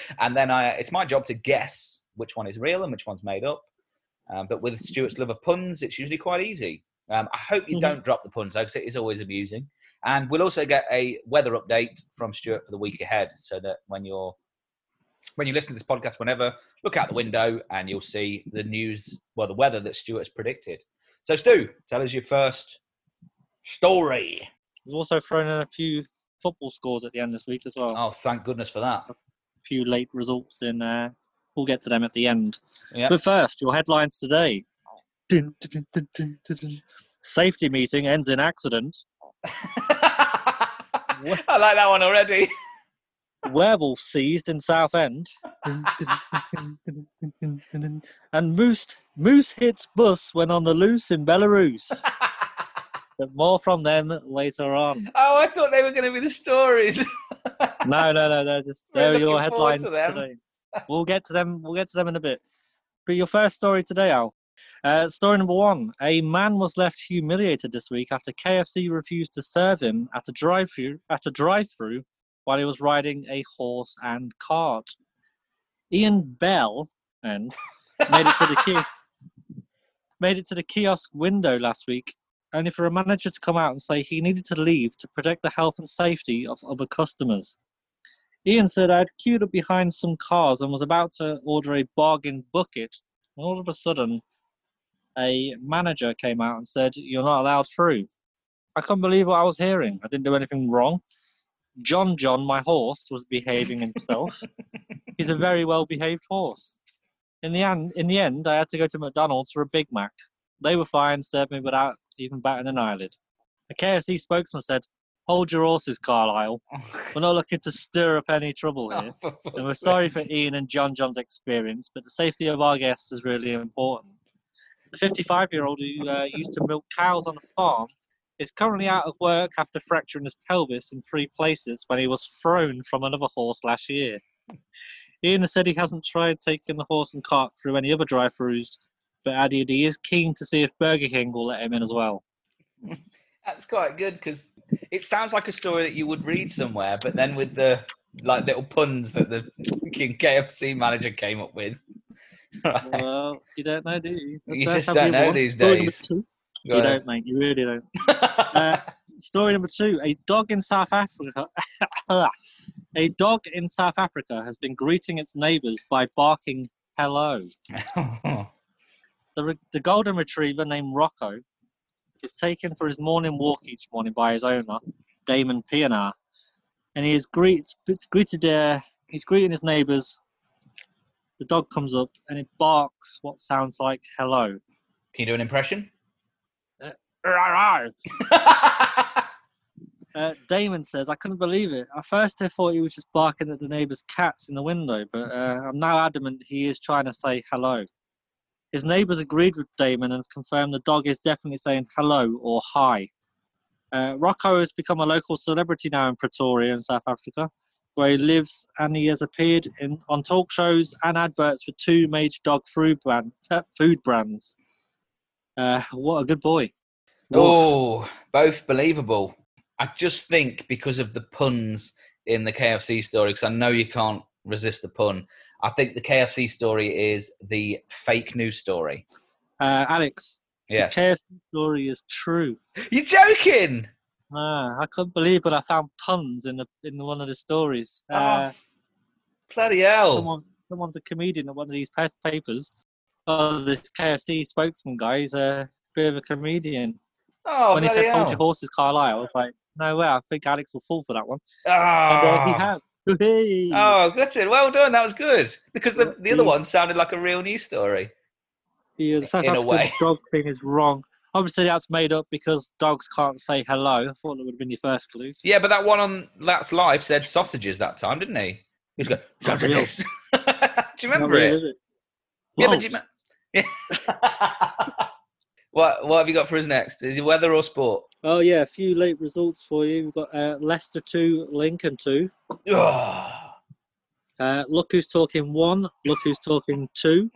Speaker 1: and then I, it's my job to guess which one is real and which one's made up. Um, but with Stuart's love of puns, it's usually quite easy. Um, I hope you
Speaker 2: Mhm.
Speaker 1: don't drop the puns, though, 'cause it is always amusing. And we'll also get a weather update from Stuart for the week ahead, so that when you're when you listen to this podcast, whenever look out the window and you'll see the news, well, the weather that Stuart's predicted. So, Stu, tell us your first story.
Speaker 2: he's also thrown in a few football scores at the end this week as well.
Speaker 1: Oh, thank goodness for that.
Speaker 2: A few late results in there. We'll get to them at the end.
Speaker 1: Yeah.
Speaker 2: But first, your headlines today. Dun, dun, dun, dun, dun, dun. Safety meeting ends in accident.
Speaker 1: I like that one already.
Speaker 2: Werewolf seized in Southend. Dun, dun, dun, dun, dun, dun, dun, dun. and moose moose hits bus when on the loose in Belarus. but more from them later on.
Speaker 1: Oh, I thought they were going to be the stories.
Speaker 2: No, no, no, no. Just
Speaker 1: We're
Speaker 2: there are your
Speaker 1: looking forward
Speaker 2: headlines
Speaker 1: to them.
Speaker 2: today. We'll get to them. We'll get to them in a bit. But your first story today, Al. Uh, story number one: A man was left humiliated this week after KFC refused to serve him at a drive-through at a drive-through while he was riding a horse and cart. Ian Bell and made it to the kiosk, made it to the kiosk window last week, only for a manager to come out and say he needed to leave to protect the health and safety of other customers. Ian said I'd queued up behind some cars and was about to order a bargain bucket when all of a sudden a manager came out and said, You're not allowed through. I couldn't believe what I was hearing. I didn't do anything wrong. John John, my horse, was behaving himself. He's a very well behaved horse. In the end, in the end, I had to go to McDonald's for a Big Mac. They were fine, served me without even batting an eyelid. A KFC spokesman said, "Hold your horses, Carlisle. We're not looking to stir up any trouble here,
Speaker 1: Oh, for
Speaker 2: and we're
Speaker 1: fuck's
Speaker 2: sorry
Speaker 1: sake.
Speaker 2: for Ian and John John's experience, but the safety of our guests is really important." The 55-year-old who uh, used to milk cows on a farm is currently out of work after fracturing his pelvis in three places when he was thrown from another horse last year. Ian has said he hasn't tried taking the horse and cart through any other drive-throughs, but added he is keen to see if Burger King will let him in as well.
Speaker 1: That's quite good because it sounds like a story that you would read somewhere, but then with the like little puns that the fucking KFC manager came up with. Right.
Speaker 2: Well, you don't know, do you?
Speaker 1: You just
Speaker 2: That's how
Speaker 1: don't
Speaker 2: people
Speaker 1: know
Speaker 2: want.
Speaker 1: these
Speaker 2: Story number
Speaker 1: days.
Speaker 2: two.
Speaker 1: go
Speaker 2: You
Speaker 1: ahead.
Speaker 2: don't, mate. You really don't. Uh, story number two: A dog in South Africa. a dog in South Africa has been greeting its neighbours by barking "hello." The, re- the golden retriever named Rocco is taken for his morning walk each morning by his owner, Damon Pienaar, and he is greet, greeted uh, he's greeting his neighbours. The dog comes up and it barks what sounds like hello.
Speaker 1: Can you do an impression?
Speaker 2: Rawr, rawr. Uh, Damon says, I couldn't believe it. At first, I thought he was just barking at the neighbour's cats in the window, but uh, I'm now adamant he is trying to say hello. His neighbours agreed with Damon and confirmed the dog is definitely saying hello or hi. Uh, Rocco has become a local celebrity now in Pretoria, in South Africa, where he lives, and he has appeared in, on talk shows and adverts for two major dog food, brand, food brands. Uh, what a good boy.
Speaker 1: oh, both believable. I just think because of the puns in the KFC story, because I know you can't resist the pun. I think the KFC story is the fake news story.
Speaker 2: Uh, Alex,
Speaker 1: Yes.
Speaker 2: The KFC story is true.
Speaker 1: You're joking.
Speaker 2: Ah, I couldn't believe when I found puns in the in one of the stories. Uh,
Speaker 1: oh, bloody hell.
Speaker 2: someone, someone's a comedian at one of these pa- papers. Oh, this KFC spokesman guy is a bit of a comedian.
Speaker 1: Oh,
Speaker 2: when he
Speaker 1: bloody
Speaker 2: said "Hold your
Speaker 1: hell.
Speaker 2: horses, Carlisle," I was like, "No way! I think Alex will fall for that one." And uh, he
Speaker 1: Ah.
Speaker 2: has. Hey!
Speaker 1: Oh, gutted. Well done. That was good. Because the, the other
Speaker 2: Mm.
Speaker 1: one sounded like a real news story.
Speaker 2: Yeah, the South
Speaker 1: in a
Speaker 2: African
Speaker 1: way.
Speaker 2: dog thing is wrong. Obviously, that's made up because dogs can't say hello. I thought that would have been your first clue.
Speaker 1: Yeah, but that one on That's Life said sausages that time, didn't he? He was going,
Speaker 2: Not real.
Speaker 1: sausages. Do you
Speaker 2: Not
Speaker 1: remember
Speaker 2: really,
Speaker 1: it?
Speaker 2: is it?
Speaker 1: Yeah, but do you
Speaker 2: Loaves.
Speaker 1: me- Yeah. what, what have you got for us next? Is it weather or sport?
Speaker 2: Oh yeah, a few late results for you. We've got uh, Leicester two, Lincoln two.
Speaker 1: Oh.
Speaker 2: Uh, look who's talking one. Look who's talking two.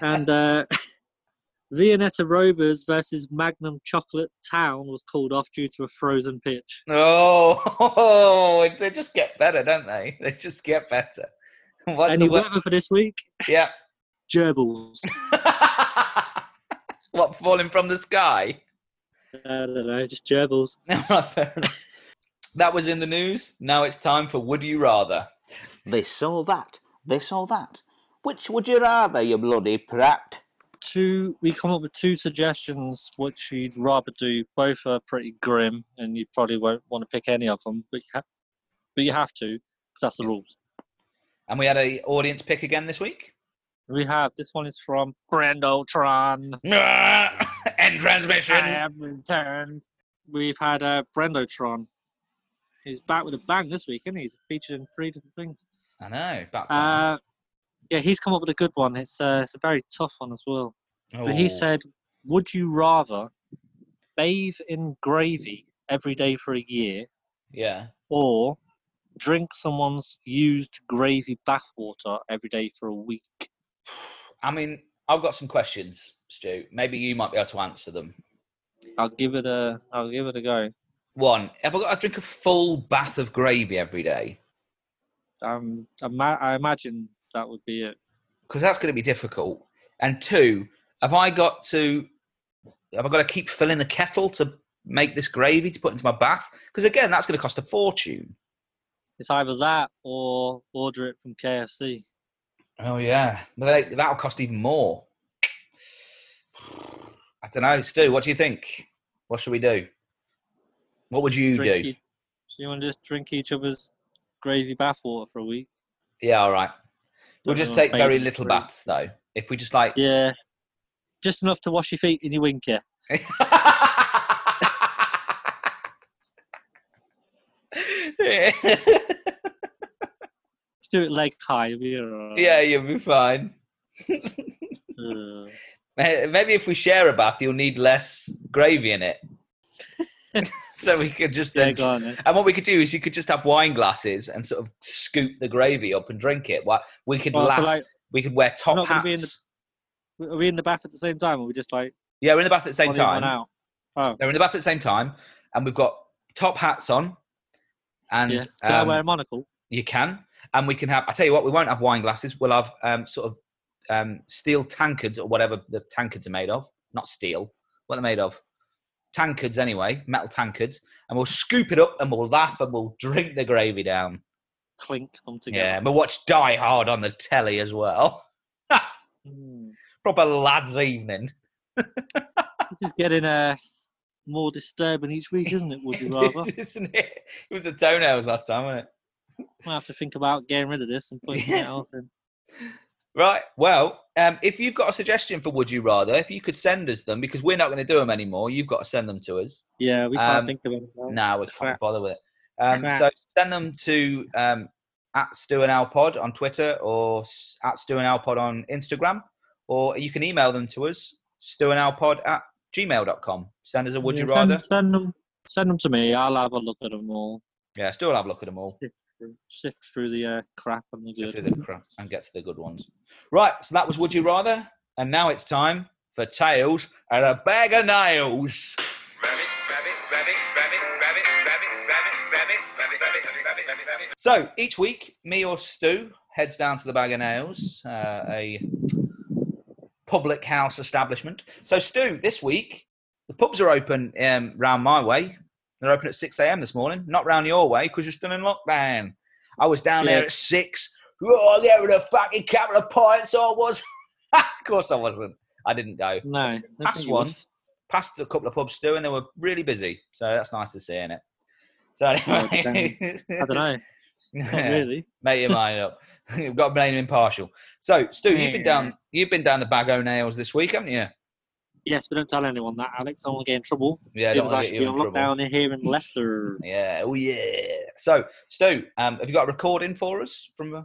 Speaker 2: And uh, Vianetta Rovers versus Magnum Chocolate Town was called off due to a frozen pitch.
Speaker 1: Oh, they just get better, don't they? They just get better. What's
Speaker 2: Any
Speaker 1: the word?
Speaker 2: weather for this week?
Speaker 1: Yeah.
Speaker 2: Gerbils.
Speaker 1: what, falling from the sky?
Speaker 2: Uh, I don't know, just gerbils.
Speaker 1: Fair enough. That was in the news. Now it's time for Would You Rather?
Speaker 5: This or that, this or that. Which would you rather, you bloody prat?
Speaker 2: Two. We come up with two suggestions which you'd rather do. Both are pretty grim, and you probably won't want to pick any of them, but you ha- but you have to because that's the rules.
Speaker 1: And we had a audience pick again this week.
Speaker 2: We have this one is from Brando Tron.
Speaker 1: End transmission.
Speaker 2: I am returned. We've had uh, Brendo Tron. He's back with a bang this week, isn't he? He's featured in three different things.
Speaker 1: I know. Back to
Speaker 2: Uh, yeah, he's come up with a good one. It's uh, it's a very tough one as well.
Speaker 1: that.
Speaker 2: But he
Speaker 1: Oh.
Speaker 2: said, "Would you rather bathe in gravy every day for a year,
Speaker 1: yeah.
Speaker 2: or drink someone's used gravy bathwater every day for a week?"
Speaker 1: I mean, I've got some questions, Stu. Maybe you might be able to answer them.
Speaker 2: I'll give it a I'll give it a go.
Speaker 1: One, have I got to drink a full bath of gravy every day?
Speaker 2: Um, ima- I imagine that would be it.
Speaker 1: Because that's going to be difficult. And two, have I got to have I got to keep filling the kettle to make this gravy to put into my bath? Because again, that's going to cost a fortune.
Speaker 2: It's either that or order it from KFC.
Speaker 1: Oh yeah, but they- that'll cost even more. I don't know, Stu. What do you think? What should we do? What would you
Speaker 2: Drink
Speaker 1: do?
Speaker 2: each- you want to just drink each other's gravy bathwater for a week?
Speaker 1: Yeah, all right. We'll
Speaker 2: Don't
Speaker 1: just
Speaker 2: really
Speaker 1: take very
Speaker 2: bathe,
Speaker 1: little
Speaker 2: really.
Speaker 1: baths though. If we just like
Speaker 2: Yeah, just enough to wash your feet in your winker.
Speaker 1: yeah,
Speaker 2: Just do it leg high. You'll be alright.
Speaker 1: you'll be fine.
Speaker 2: Uh,
Speaker 1: Eh, Maybe if we share a bath, you'll need less gravy in it. so we could just
Speaker 2: yeah,
Speaker 1: then.
Speaker 2: go on. Then.
Speaker 1: and what we could do is you could just have wine glasses and sort of scoop the gravy up and drink it. What we could
Speaker 2: Well,
Speaker 1: laugh.
Speaker 2: Oh, so like,
Speaker 1: we could wear top
Speaker 2: not gonna be in
Speaker 1: hats.
Speaker 2: the- are we in the bath at the same time, or we just like
Speaker 1: Yeah, we're in the bath at the same
Speaker 2: one in, one
Speaker 1: time.
Speaker 2: out?
Speaker 1: They're in the bath at the same time, and we've got top hats on. And
Speaker 2: yeah. Can I
Speaker 1: um,
Speaker 2: wear a monocle?
Speaker 1: You can, and we can have. I tell you what, we won't have wine glasses. We'll have um, sort of um, steel tankards or whatever the tankards are made of. Not steel. What they're made of? Tankards anyway, metal tankards, and we'll scoop it up and we'll laugh and we'll drink the gravy down.
Speaker 2: Clink them
Speaker 1: Yeah,
Speaker 2: together.
Speaker 1: and we'll watch Die Hard on the telly as well.
Speaker 2: Hmm.
Speaker 1: Proper lads' evening.
Speaker 2: This is getting uh, more disturbing each week, isn't it? Would you rather?
Speaker 1: This Isn't it? It was the toenails last time, wasn't it?
Speaker 2: Might have to think about getting rid of this and putting it off. And
Speaker 1: Right. Well, um, if you've got a suggestion for Would You Rather, if you could send us them, because we're not going to do them anymore, you've got to send them to us.
Speaker 2: yeah, we can't
Speaker 1: Um,
Speaker 2: think of anything. else.
Speaker 1: No, we can't
Speaker 2: Oh, Crap.
Speaker 1: bother with it. Um,
Speaker 2: Crap.
Speaker 1: so send them to um, at Stu and Al Pod on Twitter or s- at Stu and Al Pod on Instagram, or you can email them to us, Stu and Al Pod at gmail.com. Send us a Would
Speaker 2: Yeah,
Speaker 1: You
Speaker 2: send-
Speaker 1: Rather.
Speaker 2: Send them, send them to me. I'll have a look at them all.
Speaker 1: Yeah, still have a look at them all.
Speaker 2: Sift through, sift through the uh, crap and the
Speaker 1: Get
Speaker 2: good.
Speaker 1: through the crap and get to the good ones. Right, so that was Would You Rather, and now it's time for Tails and a Bag of Nails.
Speaker 4: Rabbit, rabbit, rabbit, rabbit, rabbit, rabbit, rabbit, rabbit, rabbit, rabbit, rabbit, rabbit, rabbit.
Speaker 1: So each week, me or Stu heads down to the Bag of Nails, uh, a public house establishment. So Stu, this week the pubs are open um, round my way. They're open at six a.m. this morning, not round your way because you're still in lockdown. I was down there
Speaker 2: Yeah.
Speaker 1: at six. Oh, there were a fucking couple of pints. I was. of course, I wasn't. I didn't go.
Speaker 2: No, I don't
Speaker 1: That's
Speaker 2: think you would.
Speaker 1: one. Passed a couple of pubs, Stu, and they were really busy. So that's nice to see, innit? So anyway,
Speaker 2: I don't know. Not really.
Speaker 1: Make your mind up. You've got to blame impartial. So, Stu, you've been down. You've been down the bag o' nails this week, haven't you?
Speaker 2: Yes, but don't tell anyone that, Alex. I want to get in trouble.
Speaker 1: Yeah, don't
Speaker 2: As soon as
Speaker 1: wanna
Speaker 2: I
Speaker 1: get
Speaker 2: should
Speaker 1: you
Speaker 2: be
Speaker 1: in
Speaker 2: on
Speaker 1: trouble.
Speaker 2: lockdown here in Leicester.
Speaker 1: Yeah. Oh yeah. So, Stu, um, have you got a recording for us from uh,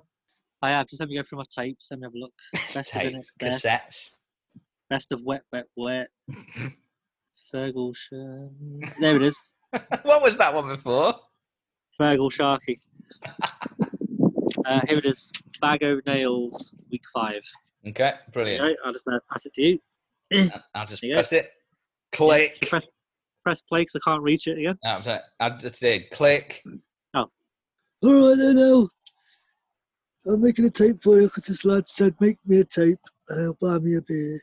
Speaker 2: I have. Just let me go through my tapes. Let me have a look. Best of
Speaker 1: tape
Speaker 2: it there.
Speaker 1: cassettes?
Speaker 2: Best of wet, wet, wet. Fergalshire. There it is.
Speaker 1: what was that one before?
Speaker 2: Fergal Sharkey. Uh, here it is. Bag o' Nails, week five.
Speaker 1: Okay,
Speaker 2: There
Speaker 1: brilliant.
Speaker 2: you go. I'll just uh, pass it to you.
Speaker 1: And I'll just
Speaker 2: There you go.
Speaker 1: press it. Click.
Speaker 2: Press, press play because I can't reach it again.
Speaker 1: That's it. I just did click.
Speaker 6: Oh, I don't know. I'm making a tape for you because this lad said, make me a tape and he'll buy me a beer.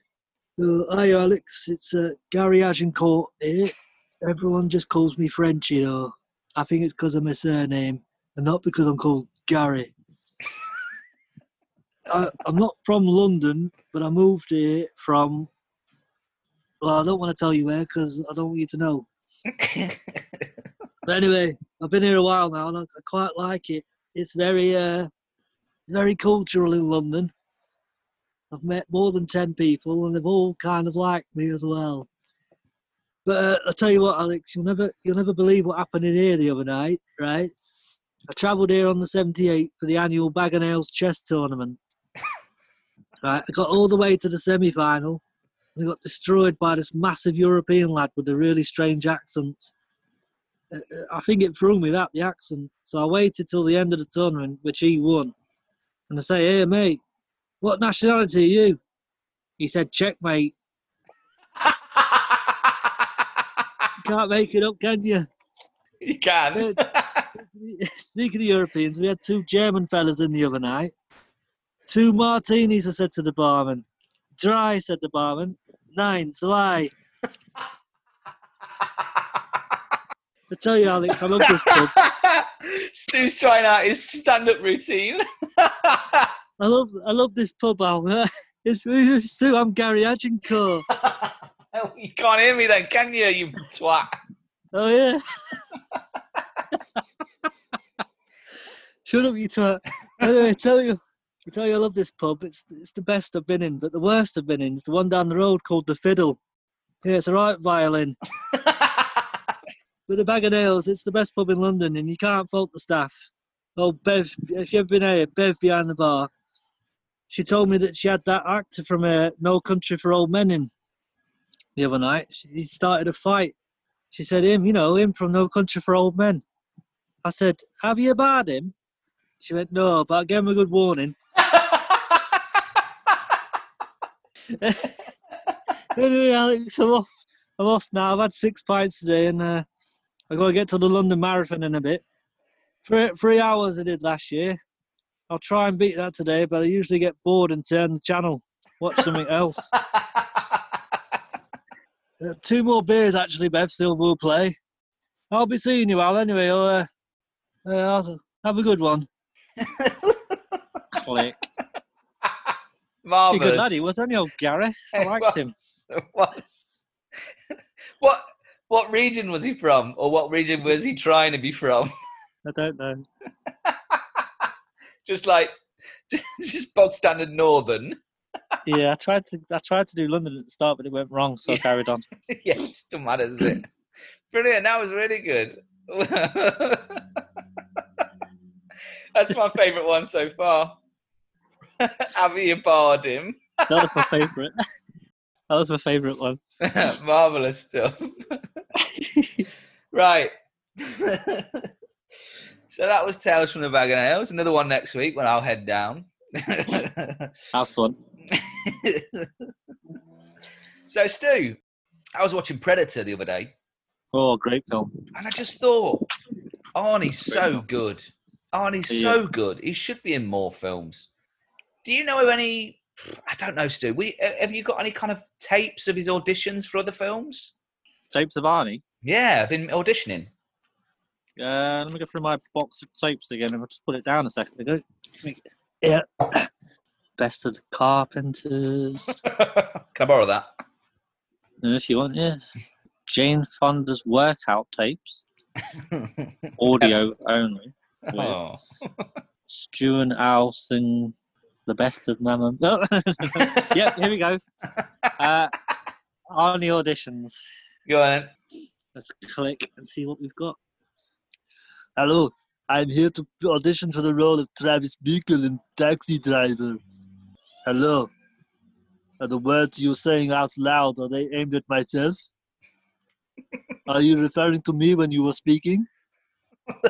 Speaker 6: So, hi, Alex. It's uh, Gary Agincourt here. Everyone just calls me French, you know. I think it's because of my surname and not because I'm called Gary. I, I'm not from London, but I moved here from. Well, I don't want to tell you where because I don't want you to know. But anyway, I've been here a while now, and I, I quite like it. It's very, uh, very cultural in London.
Speaker 2: I've met more than 10 people and they've all kind of liked me as well. But uh, I'll tell you what, Alex, you'll never, you'll never believe what happened in here the other night, right? I travelled here on the 78 for the annual Bag and Ales chess tournament. right, I got all the way to the semi final and I got destroyed by this massive European lad with a really strange accent. Uh, uh, I think it threw me that, the accent. So I waited till the end of the tournament, which he won. And I say, hey, mate, what nationality are you? He said, checkmate. Can't make it up, can you?
Speaker 1: you can.
Speaker 2: Speaking of Europeans, we had two German fellas in the other night. Two martinis, I said to the barman. Dry, said the barman. Nine, July. I tell you, Alex, I love this pub.
Speaker 1: Stu's trying out his stand-up routine.
Speaker 2: I love, I love this pub, Al. It's, it's Stu, I'm Gary Agincourt.
Speaker 1: you can't hear me then, can you? You twat.
Speaker 2: Oh yeah. Shut up, you twat. Anyway, I tell you, I tell you, I love this pub. It's it's the best I've been in, but the worst I've been in is the one down the road called the Fiddle. Yeah, it's a right violin with a bag of nails. It's the best pub in London, and you can't fault the staff. Oh, Bev, if you've ever been here, Bev behind the bar. She told me that she had that actor from uh, No Country for Old Men in the other night. She, he started a fight. She said, Him, you know, him from No Country for Old Men. I said, Have you barred him? She went, No, but I gave him a good warning. anyway, Alex, I'm off. I'm off now. I've had six pints today and uh, I've got to get to the London Marathon in a bit. Three, three hours I did last year. I'll try and beat that today, but I usually get bored and turn the channel, watch something else. Uh, two more beers, actually, Bev. Still will play. I'll be seeing you, Al. Anyway, I'll, uh, uh, I'll- have a good one. Click. He's a
Speaker 1: Marvelous.
Speaker 2: good lad, he was, wasn't he, old Gary? I
Speaker 1: It
Speaker 2: liked him.
Speaker 1: was- it was. what what region was he from, or what region was he trying to be from?
Speaker 2: I don't know.
Speaker 1: Just like just bog standard northern.
Speaker 2: Yeah, I tried to I tried to do London at the start, but it went wrong, so I
Speaker 1: Yeah.
Speaker 2: carried on.
Speaker 1: yes, doesn't matter, does it? Brilliant. That was really good. That's my favourite one so far. Have you barred him?
Speaker 2: That was my favourite. that was my favourite one.
Speaker 1: Marvelous stuff. Right. so that was Tales from the Bag of Nails. Another one next week when I'll head down.
Speaker 7: Have fun.
Speaker 1: so, Stu, I was watching Predator the other day
Speaker 7: Oh, great film.
Speaker 1: and I just thought, Arnie's so good. Arnie's
Speaker 7: Yeah.
Speaker 1: so good. He should be in more films. Do you know of any? I don't know, Stu. We, have you got any kind of tapes of his auditions for other films?
Speaker 7: Tapes of Arnie.
Speaker 1: Yeah, of him auditioning.
Speaker 7: Uh, let me go through my box of tapes again. I'll just put it down a second ago.
Speaker 2: Yeah.
Speaker 7: Best of the Carpenters.
Speaker 1: Can I borrow that?
Speaker 7: Uh, if you want, yeah. Jane Fonda's workout tapes, audio only. Weird.
Speaker 1: Oh.
Speaker 7: Stu and Al sing the best of Mamma. No. yep, here we go. Uh, Arnie auditions.
Speaker 1: Go on.
Speaker 7: Let's click and see what we've got.
Speaker 2: Hello, I'm here to audition for the role of Travis Bickle in Taxi Driver. Hello. Are the words you're saying out loud are they aimed at myself? Are you referring to me when you were speaking?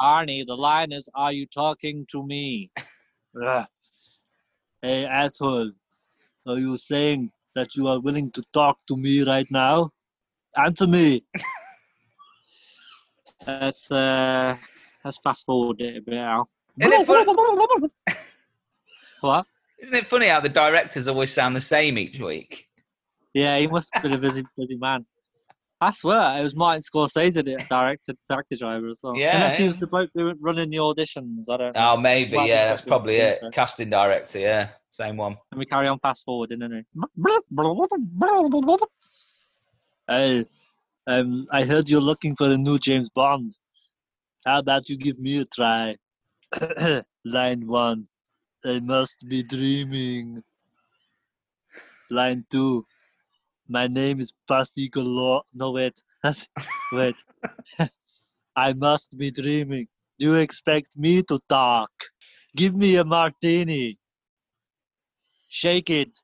Speaker 7: Arnie, the line is, "Are you talking to me?"
Speaker 2: Ah. Hey, asshole. Are you saying that you are willing to talk to me right now? Answer me.
Speaker 7: Let's uh, let's fast forward it a bit now.
Speaker 1: Isn't it fun-
Speaker 7: What?
Speaker 1: Isn't it funny how the directors always sound the same each week?
Speaker 7: Yeah, he must have been a busy bloody man. I swear it was Martin Scorsese that directed Taxi Driver as well.
Speaker 1: Yeah,
Speaker 7: Unless he
Speaker 1: yeah.
Speaker 7: was the bloke doing running the auditions. I don't know.
Speaker 1: Oh, maybe.
Speaker 7: Well, I
Speaker 1: yeah,
Speaker 7: think
Speaker 1: that's
Speaker 7: that's
Speaker 1: probably
Speaker 7: what I
Speaker 1: it.
Speaker 7: think,
Speaker 1: Casting director. Yeah, same one.
Speaker 7: And we carry on fast forward, and then
Speaker 2: Hey, um, I heard you're looking for a new James Bond. How about you give me a try? Line one. I must be dreaming. Line two. My name is Basti Galore. No, wait. That's- wait. I must be dreaming. You expect me to talk? Give me a martini. Shake it.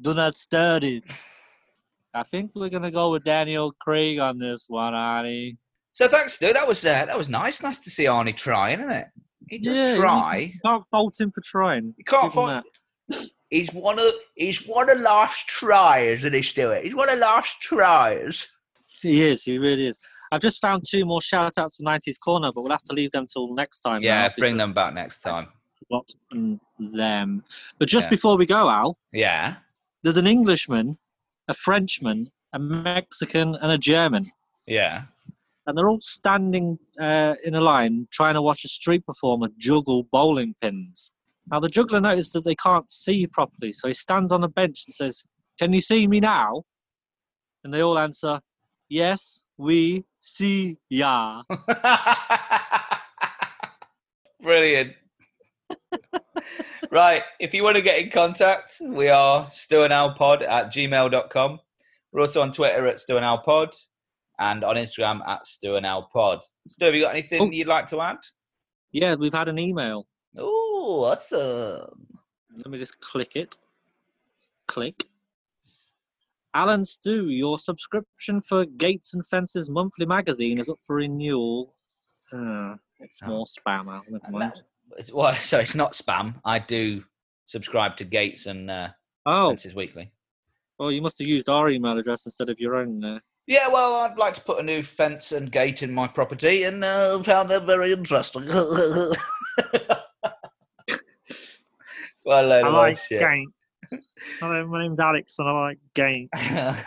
Speaker 2: Do not stir it. I think we're going to go with Daniel Craig on this one, Arnie.
Speaker 1: So thanks, Stu. That was uh, that was nice. Nice to see Arnie trying, isn't it? He does
Speaker 2: Yeah, he-
Speaker 1: try.
Speaker 2: Can't fault him for trying.
Speaker 1: You can't
Speaker 2: Give him
Speaker 1: find.
Speaker 2: that.
Speaker 1: He's one of he's one of life's tries, isn't he, Stuart? He's one of life's tries.
Speaker 2: He is. He really is. I've just found two more shout outs for 90s Corner, but we'll have to leave them till next time.
Speaker 1: Yeah,
Speaker 2: now
Speaker 1: bring
Speaker 2: because
Speaker 1: them back next time.
Speaker 2: we've got, mm, them. But just
Speaker 1: Yeah.
Speaker 2: before we go, Al,
Speaker 1: Yeah.
Speaker 2: there's an Englishman, a Frenchman, a Mexican, and a German.
Speaker 1: Yeah.
Speaker 2: And they're all standing uh, in a line trying to watch a street performer juggle bowling pins. Now, the juggler noticed that they can't see properly, so he stands on a bench and says, Can you see me now? And they all answer, Yes, we see ya.
Speaker 1: Brilliant. right. If you want to get in contact, we are stewandalpod at gmail.com. We're also on Twitter at stewandalpod and on Instagram at stewandalpod. Stu, have you got anything
Speaker 2: Oh.
Speaker 1: you'd like to add?
Speaker 2: Yeah, we've had an email.
Speaker 1: Oh, awesome.
Speaker 2: Let me just click it. Click. Alan Stew, your subscription for Gates and Fences monthly magazine is up for renewal. Uh, it's
Speaker 1: Oh.
Speaker 2: more spam, Al. Never
Speaker 1: And that-
Speaker 2: mind.
Speaker 1: it's- well, so it's not spam. I do subscribe to Gates and uh,
Speaker 2: Oh,
Speaker 1: Fences Weekly.
Speaker 2: well, you must have used our email address instead of your own. Uh,
Speaker 1: Yeah, well, I'd like to put a new fence and gate in my property, and uh, found that very interesting. well, uh, a load of old shit.
Speaker 2: game. Hello, my name's Alex, and I like game.
Speaker 1: right,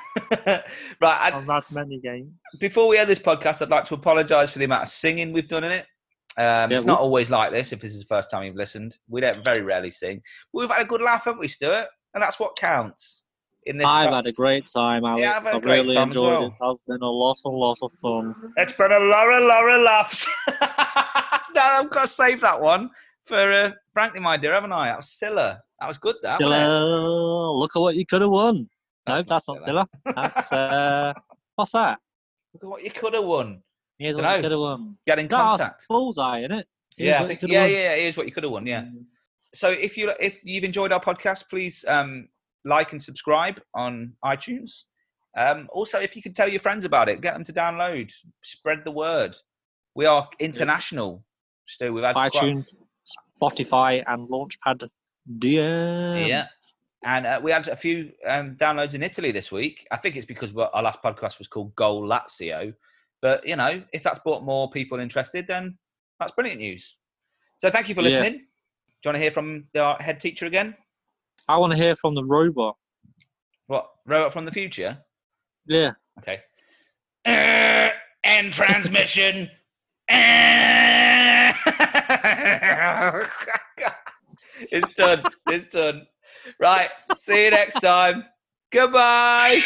Speaker 1: I,
Speaker 2: had many games.
Speaker 1: before we end this podcast, I'd like to apologise for the amount of singing we've done in it. Um,
Speaker 2: Yeah,
Speaker 1: it's not always like this. If this is the first time you've listened, we don't very rarely sing. But we've had a good laugh, haven't we, Stuart? And that's what counts. In this,
Speaker 2: I've
Speaker 1: time.
Speaker 2: had a great time, Alex.
Speaker 1: Yeah, I've had a
Speaker 2: I
Speaker 1: great
Speaker 2: really
Speaker 1: time as
Speaker 2: enjoyed it.
Speaker 1: well.
Speaker 2: That's been a lot, a lot of fun.
Speaker 1: It's been a lot of, lot of laughs. no, I've got to save that one for uh, frankly, my dear, haven't I? That was Silla. That was good. That wasn't it?
Speaker 2: Stella, look at what you could have won. no,
Speaker 1: That's
Speaker 2: that's
Speaker 1: not
Speaker 2: not Stella. That's uh, what's that?
Speaker 1: Look at what you could have won.
Speaker 2: Here's what
Speaker 1: Dunno.
Speaker 2: you could have won.
Speaker 1: Get in
Speaker 2: That was
Speaker 1: contact.
Speaker 2: bullseye in it.
Speaker 1: Yeah, I think- yeah, yeah. Here's what you could have won. Yeah. So if you if you've enjoyed our podcast, please um, like and subscribe on iTunes. Um, also, if you could tell your friends about it, get them to download, spread the word. We are international. Stu, we've had quite-
Speaker 2: iTunes, Spotify, and Launchpad DM.
Speaker 1: Yeah. And uh, we had a few um, downloads in Italy this week. I think it's because well, our last podcast was called Goal Lazio. But, you know, if that's brought more people interested, then that's brilliant news. So thank you for
Speaker 2: Yeah.
Speaker 1: listening. Do you want to hear from the uh, head teacher again?
Speaker 2: I want to hear from the robot.
Speaker 1: What, Robot from the Future?
Speaker 2: Yeah.
Speaker 1: Okay. Uh, end transmission. Uh, it's done. It's done. Right. See you next time. Goodbye.